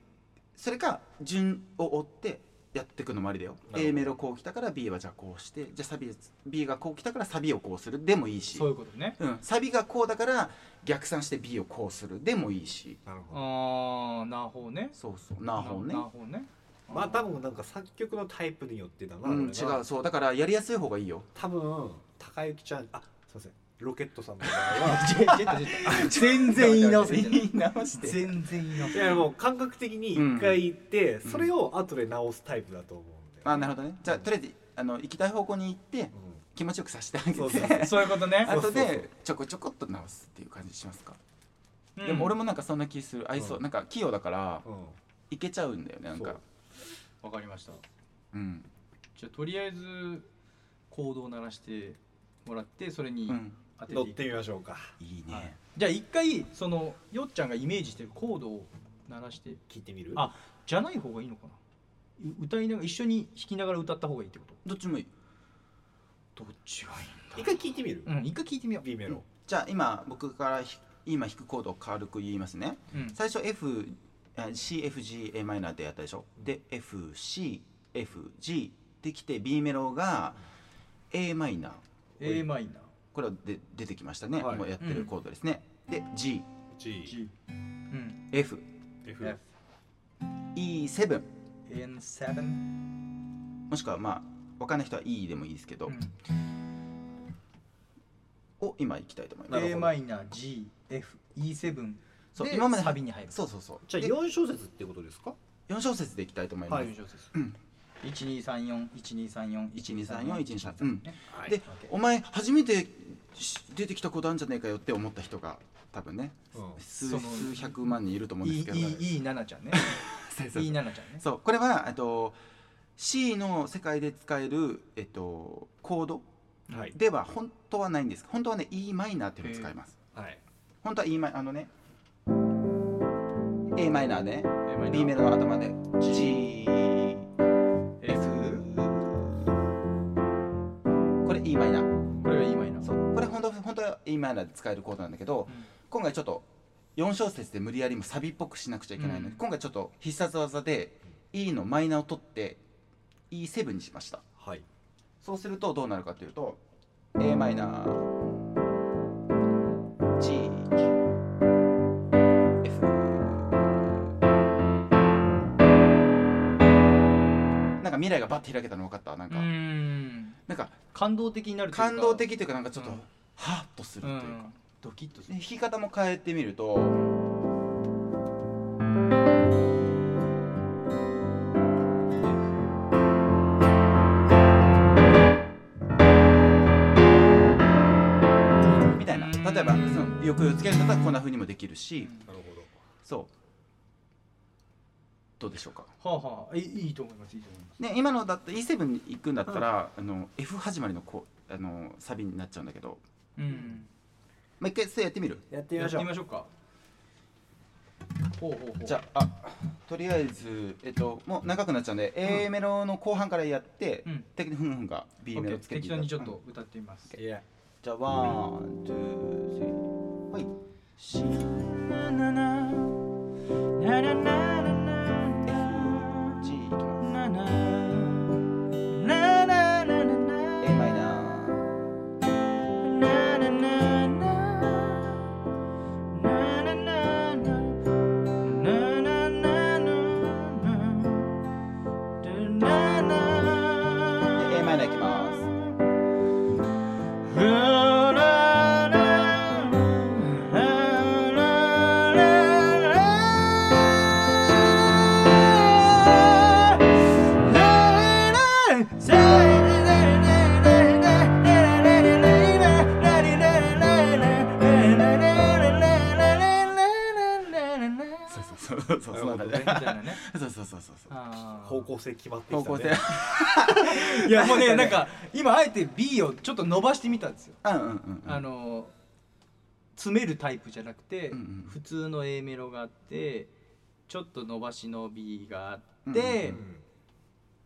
Speaker 3: それか順を追ってやっていくのもありだよ
Speaker 1: なるほど
Speaker 3: A メロこう来たから B はじゃあこうしてじゃあサビ B がこう来たからサビをこうするでもいいし
Speaker 4: そういうことね
Speaker 3: うん、サビがこうだから逆算して B をこうするでもいいし
Speaker 1: なるほど
Speaker 4: ああなるほどね
Speaker 3: そうそうなあほうね
Speaker 4: ななるほどね
Speaker 1: まあ多分なんか作曲のタイプによってだな、
Speaker 3: う
Speaker 1: あれ
Speaker 3: ん、
Speaker 1: な
Speaker 3: 違うそうだからやりやすい方がいいよ
Speaker 1: 多分高幸ちゃんあすいませんロケットさんの場合
Speaker 5: ジェジェットジェ ット全然言い直せんじゃない
Speaker 3: 言い直して
Speaker 5: 全然言い直
Speaker 1: は
Speaker 5: せ
Speaker 1: いやもう感覚的に一回行って、
Speaker 3: ん
Speaker 1: それを後で直すタイプだと思うんで、
Speaker 3: あなるほどねじゃあとりあえずあの行きたい方向に行って
Speaker 1: うん
Speaker 3: 気持ちよくさせてあげて
Speaker 1: そうそうそう
Speaker 5: そういうことね
Speaker 1: あ
Speaker 3: 後
Speaker 1: そうそうそ
Speaker 3: で
Speaker 1: う
Speaker 3: ちょこちょこっと直すっていう感じしますか、でも俺
Speaker 5: も
Speaker 3: もなんかそんな気する合いそう、
Speaker 1: うん
Speaker 3: なんか器用だから
Speaker 1: うん
Speaker 3: いけちゃうんだよねなんか
Speaker 1: そう
Speaker 3: う
Speaker 4: わかりました
Speaker 3: ん
Speaker 4: じゃあとりあえずコードを鳴らしてもらってそれに
Speaker 3: うん
Speaker 4: 当て
Speaker 1: 乗って
Speaker 4: いく
Speaker 1: てみましょうか
Speaker 3: いいね、
Speaker 4: はいじゃあ一回そのよっちゃんがイメージしてるコードを鳴らして
Speaker 1: 聞いてみる
Speaker 4: あじゃない方がいいのかなう歌いながら一緒に弾きながら歌った方がいいってこ
Speaker 3: どっちもいい
Speaker 4: とどっちがい
Speaker 1: 一回聞いてみる、
Speaker 4: いうん一回聞いてみよう
Speaker 1: B メロ、
Speaker 3: じゃあ今僕からひ今弾くコードを軽く言いますね
Speaker 4: うん
Speaker 3: 最初 F CFGAm でやったでしょで FCFG できて B メロが Am
Speaker 4: a マイナ
Speaker 3: これはで出てきましたね、
Speaker 1: はい
Speaker 3: もうやってるコードですね、で
Speaker 4: ー
Speaker 1: G
Speaker 4: G うん、
Speaker 1: F
Speaker 4: F
Speaker 3: GFE7
Speaker 4: N7、
Speaker 3: もしくはまあ分かんない人は E でもいいですけど、
Speaker 4: うん
Speaker 3: を今いきたいと思います
Speaker 1: なるほど
Speaker 4: a マイナー G F E7
Speaker 3: そう
Speaker 4: で
Speaker 3: 今まで
Speaker 4: サビに入る
Speaker 3: そうそうそう
Speaker 1: じゃあ
Speaker 3: で
Speaker 1: 4小節ってことですか
Speaker 3: 4小節でいきたいと思います、
Speaker 1: はい
Speaker 4: 一二三四一二三四
Speaker 3: 1234123うん
Speaker 1: は
Speaker 3: で、お前初めてし出てきたことあんじゃねえかよって思った人が多分ね
Speaker 1: う
Speaker 3: 数
Speaker 4: その
Speaker 3: 数百万人いると思うんで
Speaker 4: E
Speaker 3: すけど
Speaker 4: E E 七ちゃんね
Speaker 3: そうそう
Speaker 4: E
Speaker 3: そう
Speaker 4: 七ちゃんね
Speaker 3: そうこれはえっと C の世界で使える、えっと、コード
Speaker 1: んはい
Speaker 3: では本当はないんです本当はね e マイナーっていうのを使います
Speaker 1: はい
Speaker 3: 本当は e マイナーあのね a マイナーね
Speaker 4: A マイナー
Speaker 3: b メロの頭で g f
Speaker 4: F
Speaker 3: これ e マイナー
Speaker 4: これが E マイナー
Speaker 3: そうこれ本当本当は e マイナーで使えるコードなんだけど、
Speaker 4: うん
Speaker 3: 今回ちょっと4小節で無理やりもサビっぽくしなくちゃいけないので、
Speaker 4: うん
Speaker 3: 今回ちょっと必殺技で e のマイナーを取って e7 にしました
Speaker 1: はい
Speaker 3: そうするとどうなるかというと a マイナー G F なんか未来がバッて開けたの分かったなん
Speaker 4: う
Speaker 3: か、
Speaker 4: ーん
Speaker 3: なんか
Speaker 4: 感動的になるというか
Speaker 3: 感動的というかなんかちょっと、
Speaker 4: うん
Speaker 3: ハッとする
Speaker 4: う
Speaker 3: というか、
Speaker 4: んドキッとす
Speaker 3: で
Speaker 4: る
Speaker 3: 弾き方も変えてみるとみたいな例えばその抑揚つけるんだったらこんな風にもできるし、
Speaker 4: うん
Speaker 1: なるほど
Speaker 3: そうどうでしょうか
Speaker 4: はあはあいいいいと思いますいいと思います
Speaker 3: ね今のだって E7 に行くんだったら、あの F 始まりのこうあのサビになっちゃうんだけど
Speaker 4: うん
Speaker 3: もう一回それやってみる
Speaker 1: やってみ
Speaker 4: や
Speaker 1: ま
Speaker 4: っ
Speaker 1: してょう
Speaker 4: みましょうかほうほうほう
Speaker 3: じゃああとりあえず、えっと、もう長くなっちゃうんで、A メロの後半からやって、
Speaker 4: うん
Speaker 3: 適当にふんふんが B メロつけて
Speaker 4: 適
Speaker 3: いた
Speaker 4: 当
Speaker 3: だ
Speaker 4: に
Speaker 3: く
Speaker 4: ちょっと歌ってみます
Speaker 1: いや
Speaker 3: じゃあワン、ツー、スリー、はい。C、F、G いきます。A マイナー、で A マイナーいきます。そうそうそうそうそうなんだね。
Speaker 4: みたいなね
Speaker 3: そうそうそうそうそう。
Speaker 4: あー
Speaker 1: 方向性決まってきたね
Speaker 3: 方向性、
Speaker 4: いやもうねなんか今あえて B をちょっと伸ばしてみたんですよ、
Speaker 3: うんうんうんうん。
Speaker 4: あのー詰めるタイプじゃなくて、
Speaker 3: うんうん
Speaker 4: 普通の A メロがあってちょっと伸ばしの B があ
Speaker 3: う
Speaker 4: っ
Speaker 3: んうん
Speaker 4: て、
Speaker 1: うん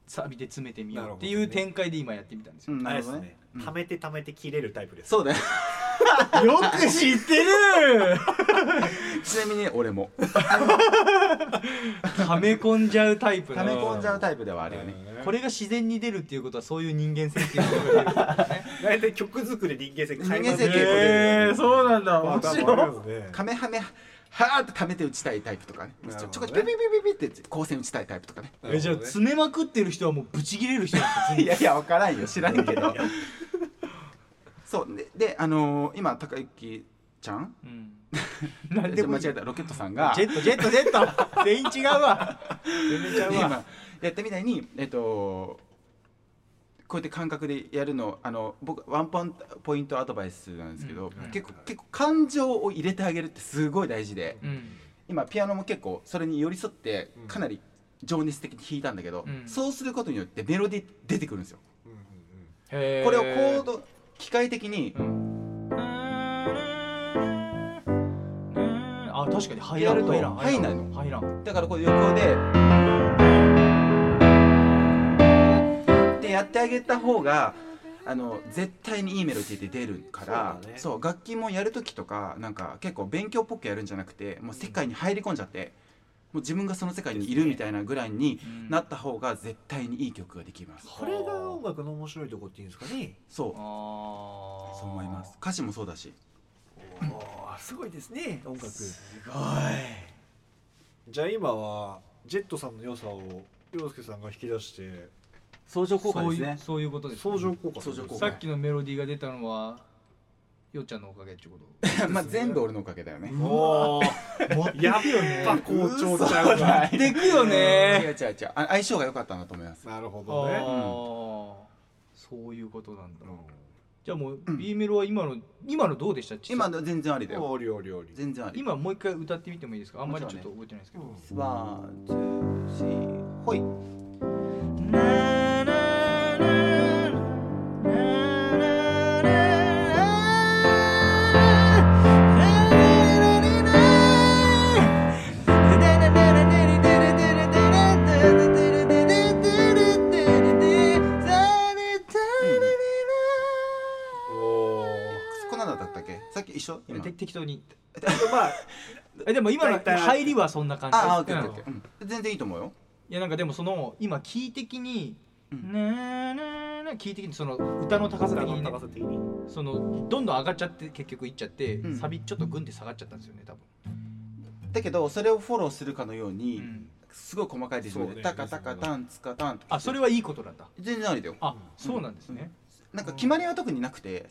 Speaker 4: サビで詰めてみようって
Speaker 1: ないる
Speaker 4: う
Speaker 1: ほどね
Speaker 4: 展開で今やってみたんです
Speaker 3: う
Speaker 4: よ、
Speaker 3: ん、
Speaker 1: あ
Speaker 3: な
Speaker 1: れ
Speaker 3: る
Speaker 1: で
Speaker 3: ほ
Speaker 1: す
Speaker 3: ど
Speaker 1: ね
Speaker 3: ね。うん
Speaker 1: 溜めて溜めて切れるタイプです
Speaker 3: そうだよ。
Speaker 4: よく知ってる
Speaker 3: ちなみに俺も。
Speaker 4: はめ込んじゃうタイプ
Speaker 3: 溜め
Speaker 4: の
Speaker 3: 込んじゃうタイプではあるよね。
Speaker 4: これが自然に出るっていうことはそういう人間性っていうのが出るからね
Speaker 1: 大体曲作り人間性変えます
Speaker 3: 人間性結構出る
Speaker 1: ね
Speaker 4: えーそうなんだ
Speaker 1: パ
Speaker 4: 面
Speaker 1: ターン
Speaker 4: 白い
Speaker 1: もありますね
Speaker 3: カメハメはーって溜めて打ちたいタイプとかね
Speaker 1: なるほどね
Speaker 3: ちょこちょこピピピピピって光線打ちたいタイプとかね
Speaker 1: なるほどね
Speaker 4: えじゃあ詰めまくってる人はもうブチ切れる人なん
Speaker 3: い
Speaker 4: ですね
Speaker 3: やいや分からんよ知らんけどそうでであのー今高之ちゃん
Speaker 4: うん 何
Speaker 3: で
Speaker 4: で
Speaker 3: 間
Speaker 4: も
Speaker 3: 違えたロケットさんが
Speaker 4: ジェットジェットジェッ ト全員違うわ全然ちゃうわ
Speaker 3: 今やったみたいにえっとこうやって感覚でやるのあの僕ワンポンポイントアドバイスなんですけど、
Speaker 4: うんはい
Speaker 3: 結構結構感情を入れてあげるってすごい大事で、
Speaker 4: うん
Speaker 3: 今ピアノも結構それに寄り添って
Speaker 1: うん
Speaker 3: かなり情熱的に弾いたんだけど、
Speaker 4: うん
Speaker 3: そうすることによってメロディー出てくるんですよ。
Speaker 1: うんうん
Speaker 4: へー
Speaker 3: これをコード機械的に
Speaker 4: うんあ確かに入ら
Speaker 3: や
Speaker 4: ん
Speaker 3: ると
Speaker 4: 入らん
Speaker 3: 入んないの
Speaker 4: 入らん
Speaker 3: だからこう横で。ってやってあげた方があの絶対にいいメロディーで出るから
Speaker 1: そうだね
Speaker 3: 楽器もやる時とかなんか結構勉強っぽくやるんじゃなくてもう世界に入り込んじゃって、もう自分がその世界にいるみたいなぐらいに
Speaker 4: うん
Speaker 3: なった方が絶対にいい曲ができます。
Speaker 1: これが音楽の面白いとこっていうんですかね
Speaker 3: そう
Speaker 4: あー
Speaker 3: そう思います歌詞もそうだし
Speaker 1: おーすごいですね音楽
Speaker 4: すごい
Speaker 1: じゃあ今はジェットさんの良さを洋介さんが引き出して
Speaker 3: 相乗
Speaker 4: そういうそういうことです
Speaker 1: 相乗効果
Speaker 3: 相乗効果
Speaker 4: さっきのメロディーが出たのはよっちゃんのおかげってこと
Speaker 3: まあ全部俺のおかげだよね
Speaker 1: おおやっぱ校長ちゃうわ
Speaker 3: い
Speaker 4: でくよ
Speaker 3: 違う違
Speaker 4: ね
Speaker 3: う違うあ相性が良かったんだと思います
Speaker 1: なるほ
Speaker 4: あ
Speaker 1: ど
Speaker 4: あ
Speaker 1: ね
Speaker 4: ーそういうことなんだ
Speaker 1: う
Speaker 4: じゃあもう
Speaker 3: うん
Speaker 4: B メロは今の今のどうでしたちさ
Speaker 3: 今の全然ありだ
Speaker 1: ん
Speaker 3: よ
Speaker 1: おりおりおり
Speaker 3: 全然あり
Speaker 4: 今もう一回歌ってみてもいいですかあんまり
Speaker 3: も
Speaker 4: ち
Speaker 3: ち
Speaker 4: ょっ
Speaker 3: ろん
Speaker 4: と覚
Speaker 3: ね
Speaker 4: えてないですけど
Speaker 3: ワンツースリーほい
Speaker 1: おー
Speaker 3: そこなんだったっけさっき一緒今
Speaker 4: て適当に
Speaker 1: まあ
Speaker 4: えでも今の
Speaker 1: 大体
Speaker 4: 入りはそんな感じ
Speaker 3: ああオッケー
Speaker 4: う
Speaker 3: オ
Speaker 4: ん
Speaker 3: ッケーオッケーうん全然いいと思うよ
Speaker 4: いやなんかでもその今キー的に「
Speaker 3: うん
Speaker 4: なーなーなー」キー的にその歌の高さ的に ね
Speaker 1: 高さ的に
Speaker 4: そのどんどん上がっちゃって結局いっちゃって、
Speaker 3: うん
Speaker 4: サビちょっとグンって下がっちゃったんですよね多分、
Speaker 3: だけどそれをフォローするかのよう
Speaker 4: う
Speaker 3: に
Speaker 4: ん
Speaker 3: すごい細かいリズム
Speaker 1: そう
Speaker 3: で
Speaker 1: ね
Speaker 3: タカタカタンツカタンと
Speaker 4: あそれはいいことなんだ
Speaker 3: 全然ありだよ
Speaker 4: あ、そうなんですね、
Speaker 3: なんか決まりは特になくて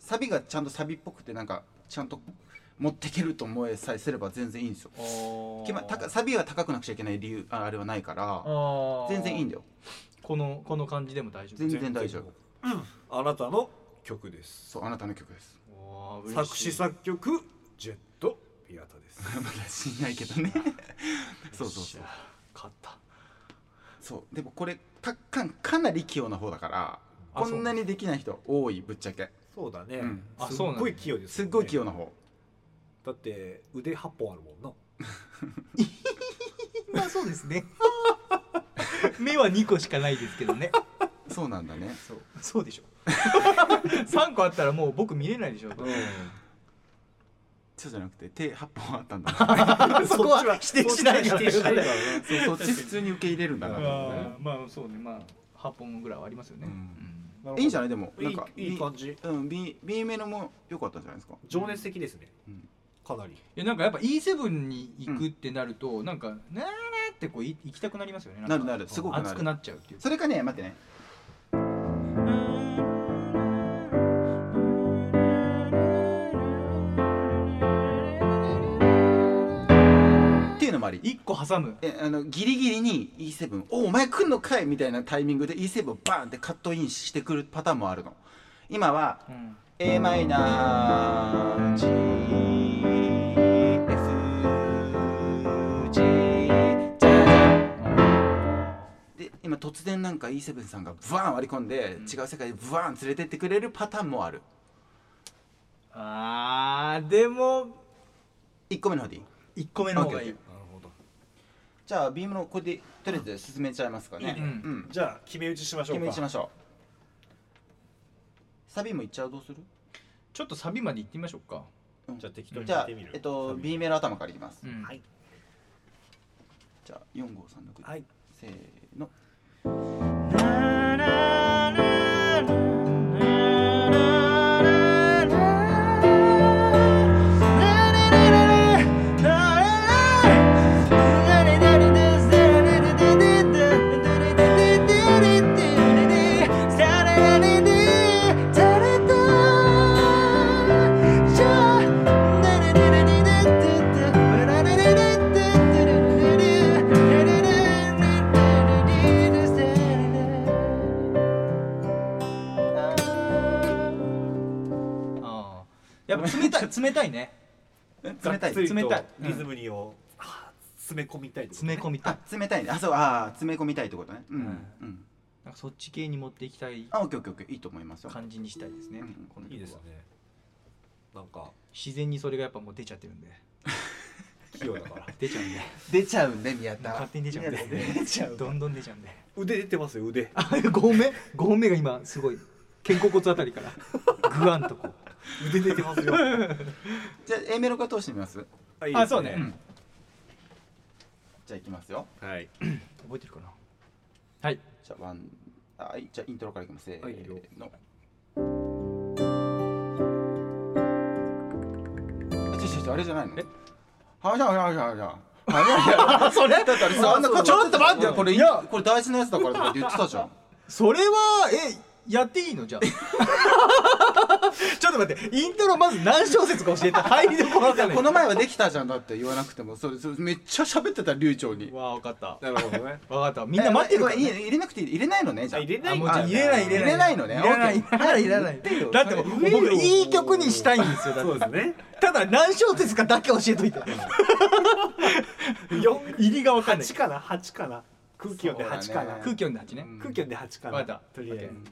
Speaker 3: サビがちゃんとサビっぽくてなんかちゃんと持っていけると思えさえすれば全然いいんですよ
Speaker 4: あー
Speaker 3: 決ま高サビが高くなくちゃいけない理由ああれはないから
Speaker 4: あー
Speaker 3: 全然いいんだよ
Speaker 4: このこの感じでも大丈夫
Speaker 3: 全然大丈夫
Speaker 1: あなたの曲です
Speaker 3: そうあなたの曲です
Speaker 4: おー嬉
Speaker 1: 作
Speaker 4: し
Speaker 1: 詞
Speaker 4: い
Speaker 1: 作曲ジェットピアタです
Speaker 3: まだ死んない けどねそうそうそう
Speaker 4: 勝った
Speaker 3: そうでもこれたかんかなり器用な方だから
Speaker 4: あ
Speaker 3: こんなにできない人多いぶっちゃけ
Speaker 1: そうだね
Speaker 3: うん
Speaker 4: あ
Speaker 1: す
Speaker 4: そう
Speaker 1: っ
Speaker 4: なん
Speaker 1: ご
Speaker 4: だ
Speaker 1: い器用です
Speaker 3: すっごい器
Speaker 1: 用
Speaker 3: 用な方
Speaker 1: だって腕8本あるもん な
Speaker 4: まあそうですね 目は2個しかないですけどね
Speaker 3: そうなんだね
Speaker 4: そうそうでしょ 3個あったらもう僕見れないでしょ
Speaker 3: そうじゃなくて手8本あったんだ な
Speaker 4: そこは否定しないから
Speaker 1: 否定し ないからね
Speaker 3: そうそっち普通に受け入れるんだなと思ってね
Speaker 4: あーまあそうねまあ8本ぐらいはありますよね、
Speaker 3: うん
Speaker 4: うん
Speaker 1: なるほど
Speaker 3: いいんじゃないでもなん
Speaker 1: い
Speaker 3: か
Speaker 1: いいい感じ
Speaker 3: うん、B, B メロも良かったんじゃないですか
Speaker 1: 情熱的ですね
Speaker 3: うん
Speaker 1: かなり
Speaker 4: いやなんかやっぱ E7 に行くってなると、なんか「なーなー」ってこうい行きたくなりますよねんか
Speaker 3: なるなるすごくなる
Speaker 4: 熱くなっちゃうっていう
Speaker 3: それかね待ってねっていうのもあり
Speaker 4: 一個挟む
Speaker 3: えあのギリギリに E7 おお前来んのかいみたいなタイミングで E7 をバーンってカットインしてくるパターンもあるの今は
Speaker 4: うん
Speaker 3: a マイナー g f g じゃじゃんで今突然なんか E7 さんがブワーン割り込んで、
Speaker 4: うん
Speaker 3: 違う世界にブワーン連れてってくれるパターンもある
Speaker 4: あーでも
Speaker 3: 1個目の方でいい
Speaker 4: 1個目の方がいい、
Speaker 3: オッケ
Speaker 1: なるほど
Speaker 3: じゃあビームのこれでとりあえず進めちゃいますかね
Speaker 4: いいね
Speaker 3: うん、
Speaker 1: じゃあ決め打ちしましょう
Speaker 3: 決
Speaker 1: か
Speaker 3: めにしましょうサビもいっちゃうどうする
Speaker 4: ちょっとサビまで行ってみましょうか、
Speaker 1: じゃあ適当に
Speaker 3: じ
Speaker 1: や
Speaker 3: ゃ
Speaker 1: っ
Speaker 3: あ
Speaker 1: てみる
Speaker 3: えっと
Speaker 1: サビ
Speaker 3: B メロ頭からいきます、
Speaker 4: うん
Speaker 1: はい
Speaker 3: じゃあ4 5 3 6
Speaker 1: はい
Speaker 3: せーの
Speaker 4: 「 冷たいね
Speaker 3: 冷たい
Speaker 1: がっつりと
Speaker 4: 冷たい
Speaker 1: リズムにを、あー詰め込みたいってことね
Speaker 4: 詰め込みたい
Speaker 3: あ冷たいねあそうあー詰め込みたいってことねうん、
Speaker 4: はい
Speaker 3: うん、
Speaker 4: なんかそっち系に持っていきたい
Speaker 3: あオッケーオッケーオッケーいいと思いますよ
Speaker 4: 感じにしたいですね、
Speaker 3: うん
Speaker 4: この曲はい
Speaker 1: いですねなんか
Speaker 4: 自然にそれがやっぱもう出ちゃってるんで
Speaker 1: 器用だから
Speaker 4: 出ちゃうん で
Speaker 3: 出ちゃうんで宮田
Speaker 4: 勝手に出ちゃうんで
Speaker 3: 出ちゃう
Speaker 4: どんどん出ちゃうんで
Speaker 1: 腕出てますよ腕
Speaker 4: あごめんごめんが今すごい肩甲骨あたり からグワンとこ
Speaker 1: 腕出てますよ
Speaker 3: じゃあ A メロから通してみます
Speaker 1: あいいです
Speaker 4: うあそうね、
Speaker 3: うんじゃあいきますよ
Speaker 1: はい
Speaker 4: 覚えてるかなはい
Speaker 3: じゃあワンはいじゃあイントロからいきますせーの、
Speaker 1: はいいいよ
Speaker 3: あ違う違う違うあれじゃないのえはじゃあはじゃあはじゃあはじゃあはじゃあ
Speaker 4: あそれ
Speaker 3: だってあれさあんなちょっと待ってよこれ
Speaker 4: いや
Speaker 3: これ大事なやつだからとかって言ってたじゃん
Speaker 4: それはえやっていいのじゃあ ちょっと待ってイントロまず何小節か教えて入りどころわかんない
Speaker 3: この前はできたじゃんだって言わなくてもそれそれめっちゃ喋ってた流暢に
Speaker 4: わあ分かった
Speaker 1: なるほどね
Speaker 4: 分かったみんな待ってるから、
Speaker 3: ええいい入れなくていい入れないのねじゃあ
Speaker 1: あ入れない
Speaker 4: あもう
Speaker 1: あ
Speaker 4: じゃあ入れない入れない
Speaker 3: 入れないのね
Speaker 4: 入れない入
Speaker 3: オッケ
Speaker 4: れ
Speaker 3: ー
Speaker 4: ない入れ ない
Speaker 3: 言ってよ
Speaker 4: だって
Speaker 3: それ
Speaker 4: 僕いい曲にしたいんですよだ
Speaker 1: そう
Speaker 4: っ
Speaker 1: で
Speaker 4: て
Speaker 1: すね
Speaker 4: ただ何小節かだけ教えといて
Speaker 1: 4
Speaker 4: 入りが分かんない
Speaker 1: 8かな8かな空気読んで8か
Speaker 3: そうだ
Speaker 1: な、
Speaker 3: ね
Speaker 4: 空気読んで8ね、
Speaker 3: うん
Speaker 1: 空気読んで8かな
Speaker 4: わかった
Speaker 1: とりあえず、
Speaker 4: オッケ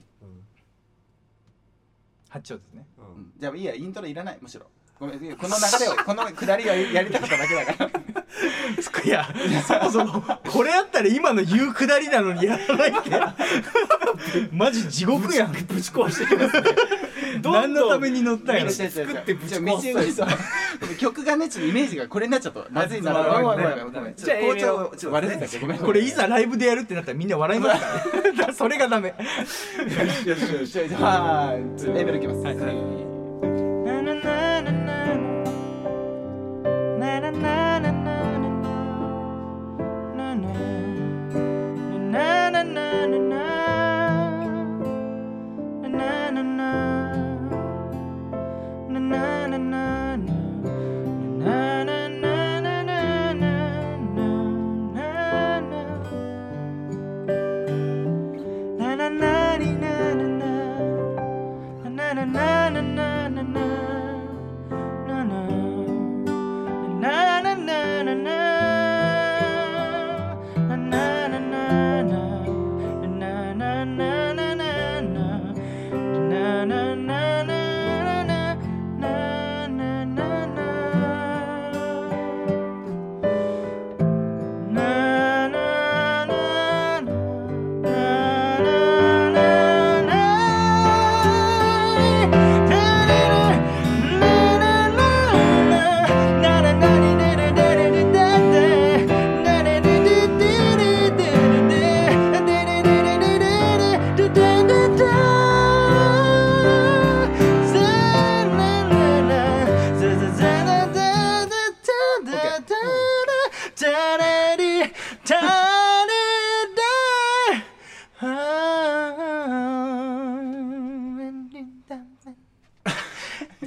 Speaker 4: 八丁ですね。
Speaker 1: うん
Speaker 3: うんじゃあいいやイントロいらないむしろごめんいやこの流れをこの下りはやりたかっただけだから
Speaker 4: いや、そもそも、これやったら今の言うくだりなのにやらないって。マジ地獄やん。ぶち壊してきますね。 何のために乗ったんやろ。
Speaker 3: 違う違う違う
Speaker 1: 作ってぶち壊す
Speaker 3: じゃあ道がそう曲がねちょっとイメージがこれになっちゃったまずいな
Speaker 4: あ
Speaker 3: ごめんごめ
Speaker 4: ごめ
Speaker 3: ん
Speaker 4: ん
Speaker 3: ごめんごめん
Speaker 1: じゃあ
Speaker 3: ちょっと
Speaker 1: A
Speaker 3: 校
Speaker 1: メロ
Speaker 3: 長ちょっと悪いんだけどごめん
Speaker 4: これいざライブでやるってなったらみんな笑いますからね。だ からそれがダメ。
Speaker 1: よしよし
Speaker 3: じゃあじゃあはい A メロいきます
Speaker 4: はいはい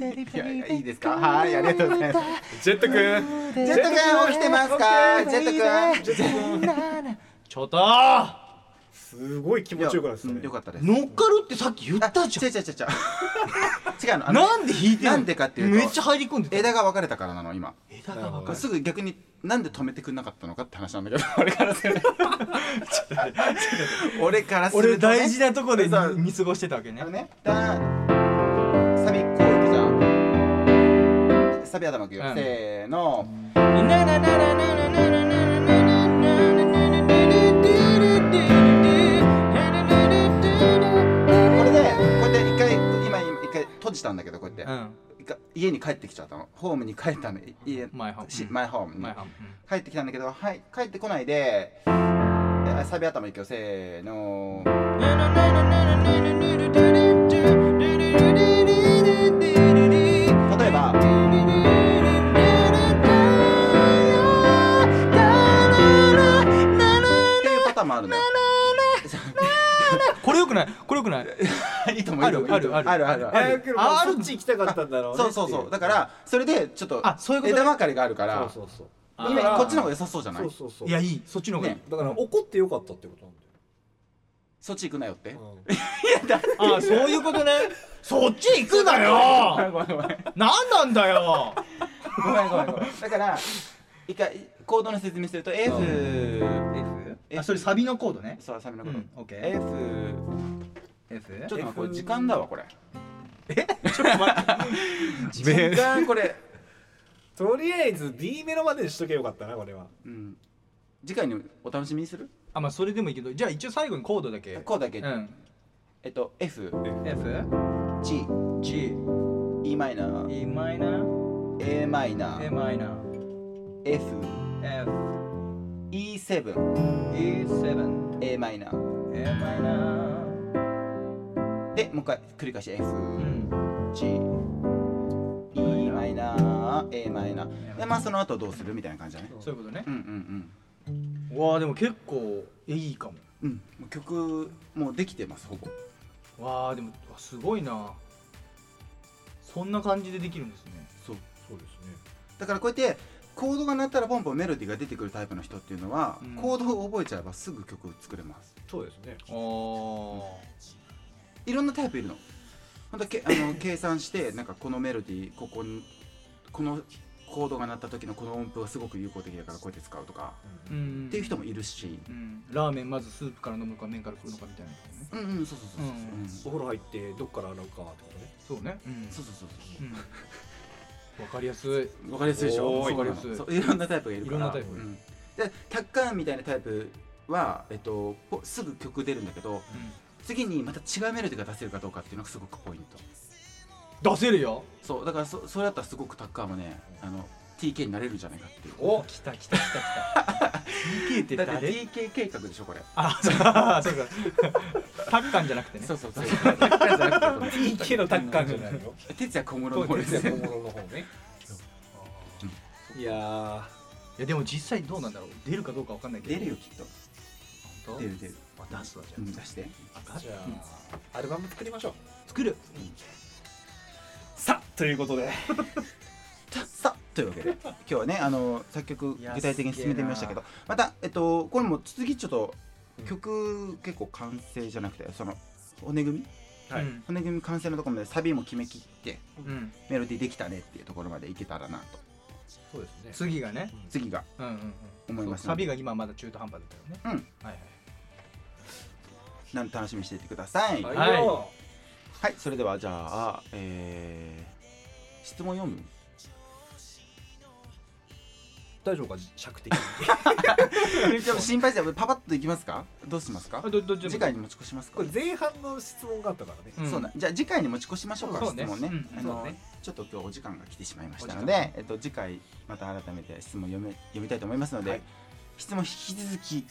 Speaker 3: いやいやいいですかはいありがとうございます
Speaker 1: ジェット君
Speaker 3: ジェット君起きてますかジェット君
Speaker 4: ちょっと乗
Speaker 1: すごい気持ちよくなってた
Speaker 3: う
Speaker 1: ね
Speaker 3: んよかったです
Speaker 4: っかるってさっき言っ
Speaker 3: あ
Speaker 4: たじゃ
Speaker 3: 違う違う違う違う違うのあ
Speaker 4: ん。
Speaker 3: の
Speaker 4: なんで弾いてんの
Speaker 3: なんでかっていうと
Speaker 4: めっちゃ入り込んでた。
Speaker 3: 枝が分かれたからなの今
Speaker 4: 枝が分かる。
Speaker 3: すぐ逆になんで止めてくんなかったのかって話なんだけど俺からすると俺からすると、ね、
Speaker 4: 俺大事なとこで見
Speaker 3: そう
Speaker 4: 見過ごしてたわけね
Speaker 3: あの。ねだサビこういくじゃんサビ頭いくよ、
Speaker 4: うん
Speaker 3: せーのこれでこうやって一回今今一回閉じたんだけどこうやって、
Speaker 4: うん。
Speaker 3: 一回家に帰ってきちゃったのホームに帰ったの家
Speaker 4: 前半。
Speaker 3: し
Speaker 4: うん
Speaker 3: マイホームに
Speaker 4: 前半。
Speaker 3: 帰ってきたんだけど、はい、帰ってこないで、えーサビ頭いくよ、せーの。例えば。っていうパターンもあるのよ。
Speaker 4: これよくないこれよくない
Speaker 3: いいと思ういいと思う
Speaker 4: あるある
Speaker 3: あるあるある
Speaker 1: あやけどまあそっち行きたかったんだろうね
Speaker 3: そうそうそうだからそれでちょっと
Speaker 4: あそういうことね
Speaker 3: 枝分かれがあるか
Speaker 1: そう
Speaker 3: ら
Speaker 1: そうそう
Speaker 3: 今こっちの方が良さそうじゃない
Speaker 1: そうそうそう
Speaker 4: いやいいいそっちの方がいい
Speaker 3: ね
Speaker 1: だから怒ってよかったってことなんだよ
Speaker 3: そっち行くなよって
Speaker 4: ああそういうことねそっち行くなよ
Speaker 3: ごめんごめん
Speaker 4: 何なんだよ
Speaker 3: ごめんごめんごめんだから一回コードの説明すると F F
Speaker 4: あそれサビのコードね
Speaker 3: そうサビの
Speaker 4: う
Speaker 3: こと、
Speaker 4: んオッケー
Speaker 3: F
Speaker 4: F?
Speaker 3: ちょっと待ってこれ時間だわ これ
Speaker 1: 時
Speaker 3: 時間これ
Speaker 1: とりあえず D メロまでにしとけよかったなこれは
Speaker 3: うん次回にお楽しみにする
Speaker 4: あまあそれでもいいけどじゃあ一応最後にコードだけ
Speaker 3: こうだけ、
Speaker 4: うん
Speaker 3: えっと F
Speaker 4: F?
Speaker 3: G
Speaker 4: G
Speaker 3: E マイナー
Speaker 4: E マイナー
Speaker 3: A マイナ
Speaker 4: A
Speaker 3: ー
Speaker 4: マイナ
Speaker 3: F
Speaker 4: ー F
Speaker 3: E セブン
Speaker 4: E7
Speaker 3: A マイナー
Speaker 4: A マイナー
Speaker 3: でもう一回繰り返し F
Speaker 4: うん
Speaker 3: G E マイナー A マイナーでまあその後どうするみたいな感じだね
Speaker 4: そういうことね
Speaker 3: うんうんうん
Speaker 4: うわあでも結構いいかも
Speaker 3: うん、もう曲もうできてますほぼ
Speaker 4: わあでもうわすごいなそんな感じでできるんですね
Speaker 3: そう
Speaker 1: そうです
Speaker 3: だからこうやってコードが鳴ったらポンポンメロディーが出てくるタイプの人っていうのは、
Speaker 4: うん
Speaker 3: コードを覚えちゃえばすぐ曲を作れます
Speaker 1: ねそうですね
Speaker 4: あー
Speaker 3: いろんなタイプいるのほんとけあの計算してなんかこのメロディーここにこのコードが鳴った時のこの音符がすごく有効的だからこうやって使うとか、
Speaker 1: う
Speaker 4: うんん
Speaker 3: っていう人もいるし
Speaker 4: うんラーメンまずスープから飲むか麺から食うのかみたいなね
Speaker 3: うんうんそうそうそうそう、
Speaker 4: うん
Speaker 3: うん
Speaker 1: お風呂入ってどっから洗うかとかね
Speaker 4: そうねうん
Speaker 3: そうそうそうそ
Speaker 4: うんわかりやすいう
Speaker 3: わかりやすいでしょ
Speaker 1: おー
Speaker 3: そうな
Speaker 4: わかり
Speaker 3: の
Speaker 4: やすい
Speaker 3: そういろんなタイプがいるから
Speaker 4: いろんなタイプ
Speaker 3: うん、で客観みたいなタイプは、えっと、ぽすぐ曲出るんだけど次にまた違うメロディーが出せるかどうかっていうのがすごくポイント
Speaker 4: 出せるよ
Speaker 3: そうだからそそれだったらすごくタッカーもねあの TK になれるんじゃないかっていう
Speaker 4: お来た来た来た来た TK って
Speaker 3: だって
Speaker 4: 誰
Speaker 3: TK 計画でしょこれ
Speaker 4: あ、そうか、そうか。タッカンじゃなくてね。
Speaker 3: そうそうそうタッカーじゃなくて
Speaker 1: TK のタッカーじゃない よ
Speaker 3: 哲也小室の方です
Speaker 1: 小
Speaker 3: ね
Speaker 1: 室の方ねいやー
Speaker 4: いや、でも実際どうなんだろう。出るかどうかわかんないけど。
Speaker 3: 出るよ。きっと
Speaker 4: 本
Speaker 3: 出る出る、
Speaker 4: 当。出すわじゃ
Speaker 3: うん、出して
Speaker 4: あ。
Speaker 1: じゃあアルバム作りましょう
Speaker 4: 作る。
Speaker 1: さあということで
Speaker 3: ささというわけで今日はねあの作曲
Speaker 4: いや
Speaker 3: 具体的に進めてみましたけどまたえっとこれも次ちょっと
Speaker 1: うん
Speaker 3: 曲結構完成じゃなくてその骨組み
Speaker 1: はい
Speaker 4: うん
Speaker 3: 骨組み完成のところまでサビも決め切って
Speaker 4: うん。
Speaker 3: メロディーできたねっていうところまでいけたらなと
Speaker 1: そうですね
Speaker 4: 次がね。
Speaker 3: 次が
Speaker 4: うんうんうん。
Speaker 3: 思います
Speaker 4: そうサビが今まだ中途半端だったよね。はいはい。
Speaker 3: なんで楽しみにしていてください。はい、
Speaker 1: はいよ、
Speaker 3: それではじゃあ、えー、質問読む
Speaker 1: 大丈夫か尺 的に
Speaker 3: ちょっと心配ですよパパッといきますかどうしますか
Speaker 4: あ、どどっちでも
Speaker 3: 次回に持ち越します
Speaker 1: こ
Speaker 3: か
Speaker 1: れ前半の質問があったからね
Speaker 4: うん
Speaker 3: そうだじゃあ次回に持ち越しましょうか
Speaker 4: そうね
Speaker 3: 質問ね,、
Speaker 4: うん
Speaker 3: あの
Speaker 4: そうね
Speaker 3: ちょっと今日お時間が来てしまいました
Speaker 4: お
Speaker 3: の
Speaker 4: 時間
Speaker 3: で、えっと、次回また改めて質問読め読みたいと思いますので、
Speaker 1: はい
Speaker 3: 質問引き続き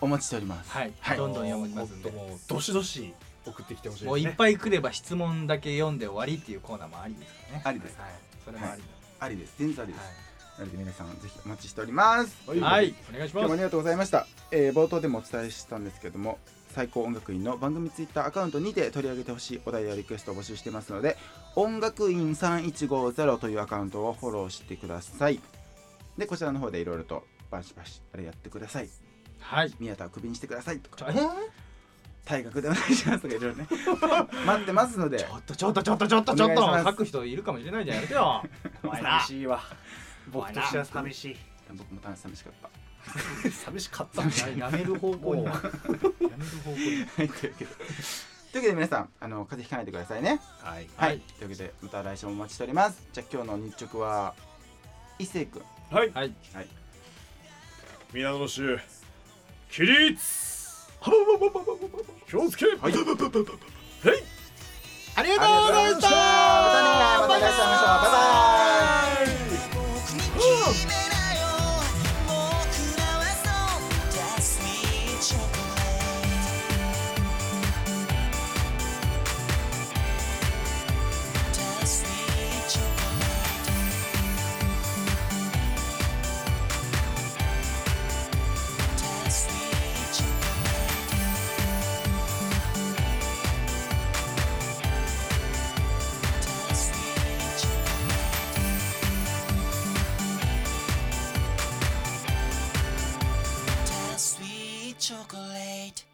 Speaker 3: お待ちしております
Speaker 4: はい
Speaker 3: はい、
Speaker 4: どんどん読みますんで
Speaker 1: もっともうどしどし送ってきてほしい
Speaker 4: もう
Speaker 1: です
Speaker 4: い
Speaker 1: ね
Speaker 4: っぱい来れば質問だけ読んで終わりっていうコーナーもありですからね。
Speaker 3: ありです
Speaker 4: はい。それもあり
Speaker 3: ありです全然あり
Speaker 4: だ。
Speaker 3: です、
Speaker 4: はい
Speaker 3: なので皆さんぜひお待ちしております
Speaker 4: は
Speaker 1: はい
Speaker 4: い。お願いし
Speaker 3: 今日
Speaker 4: ま
Speaker 3: も
Speaker 4: す。
Speaker 3: ありがとうございました、えー冒頭でもお伝えしたんですけども最高音楽院の番組ツイッターアカウントにて取り上げてほしいお題やリクエストを募集してますので音楽院3150というアカウントをフォローしてくださいでこちらの方でいろいろとバシバシあれやってください
Speaker 4: はい。
Speaker 3: 宮田をクビにしてくださいと
Speaker 4: ちょ
Speaker 3: か
Speaker 4: え
Speaker 3: 退学でお願いしますとか いろいろね待ってますので
Speaker 4: ちょっとちょっとちょっとちょっとちょっ
Speaker 3: お願い
Speaker 4: と
Speaker 3: します
Speaker 4: 書く人いるかもしれないじゃんやめてよ。 怖いな
Speaker 1: 寂。しいわ僕としては寂し
Speaker 3: 僕も楽し寂しかった
Speaker 1: い寂しかった
Speaker 4: やめる方向に。
Speaker 1: もう
Speaker 4: やめる方向に。
Speaker 3: はいというわけでというわけで皆さんあの風邪ひかないでくださいね
Speaker 1: はい
Speaker 3: はい、
Speaker 4: はい
Speaker 3: というわけでまた来週もお待ちしておりますじゃあ今日の日直は伊勢くん
Speaker 1: はい
Speaker 4: はい。
Speaker 1: 皆の衆起立気をつけはい
Speaker 4: ありがとうございました。ま
Speaker 3: またねまたいらっしゃいましょうバイバイ
Speaker 6: 僕に決めなよ僕らはそう That's me chocolate That's me chocolate That's me chocolate That's me chocolate Sweet chocolate.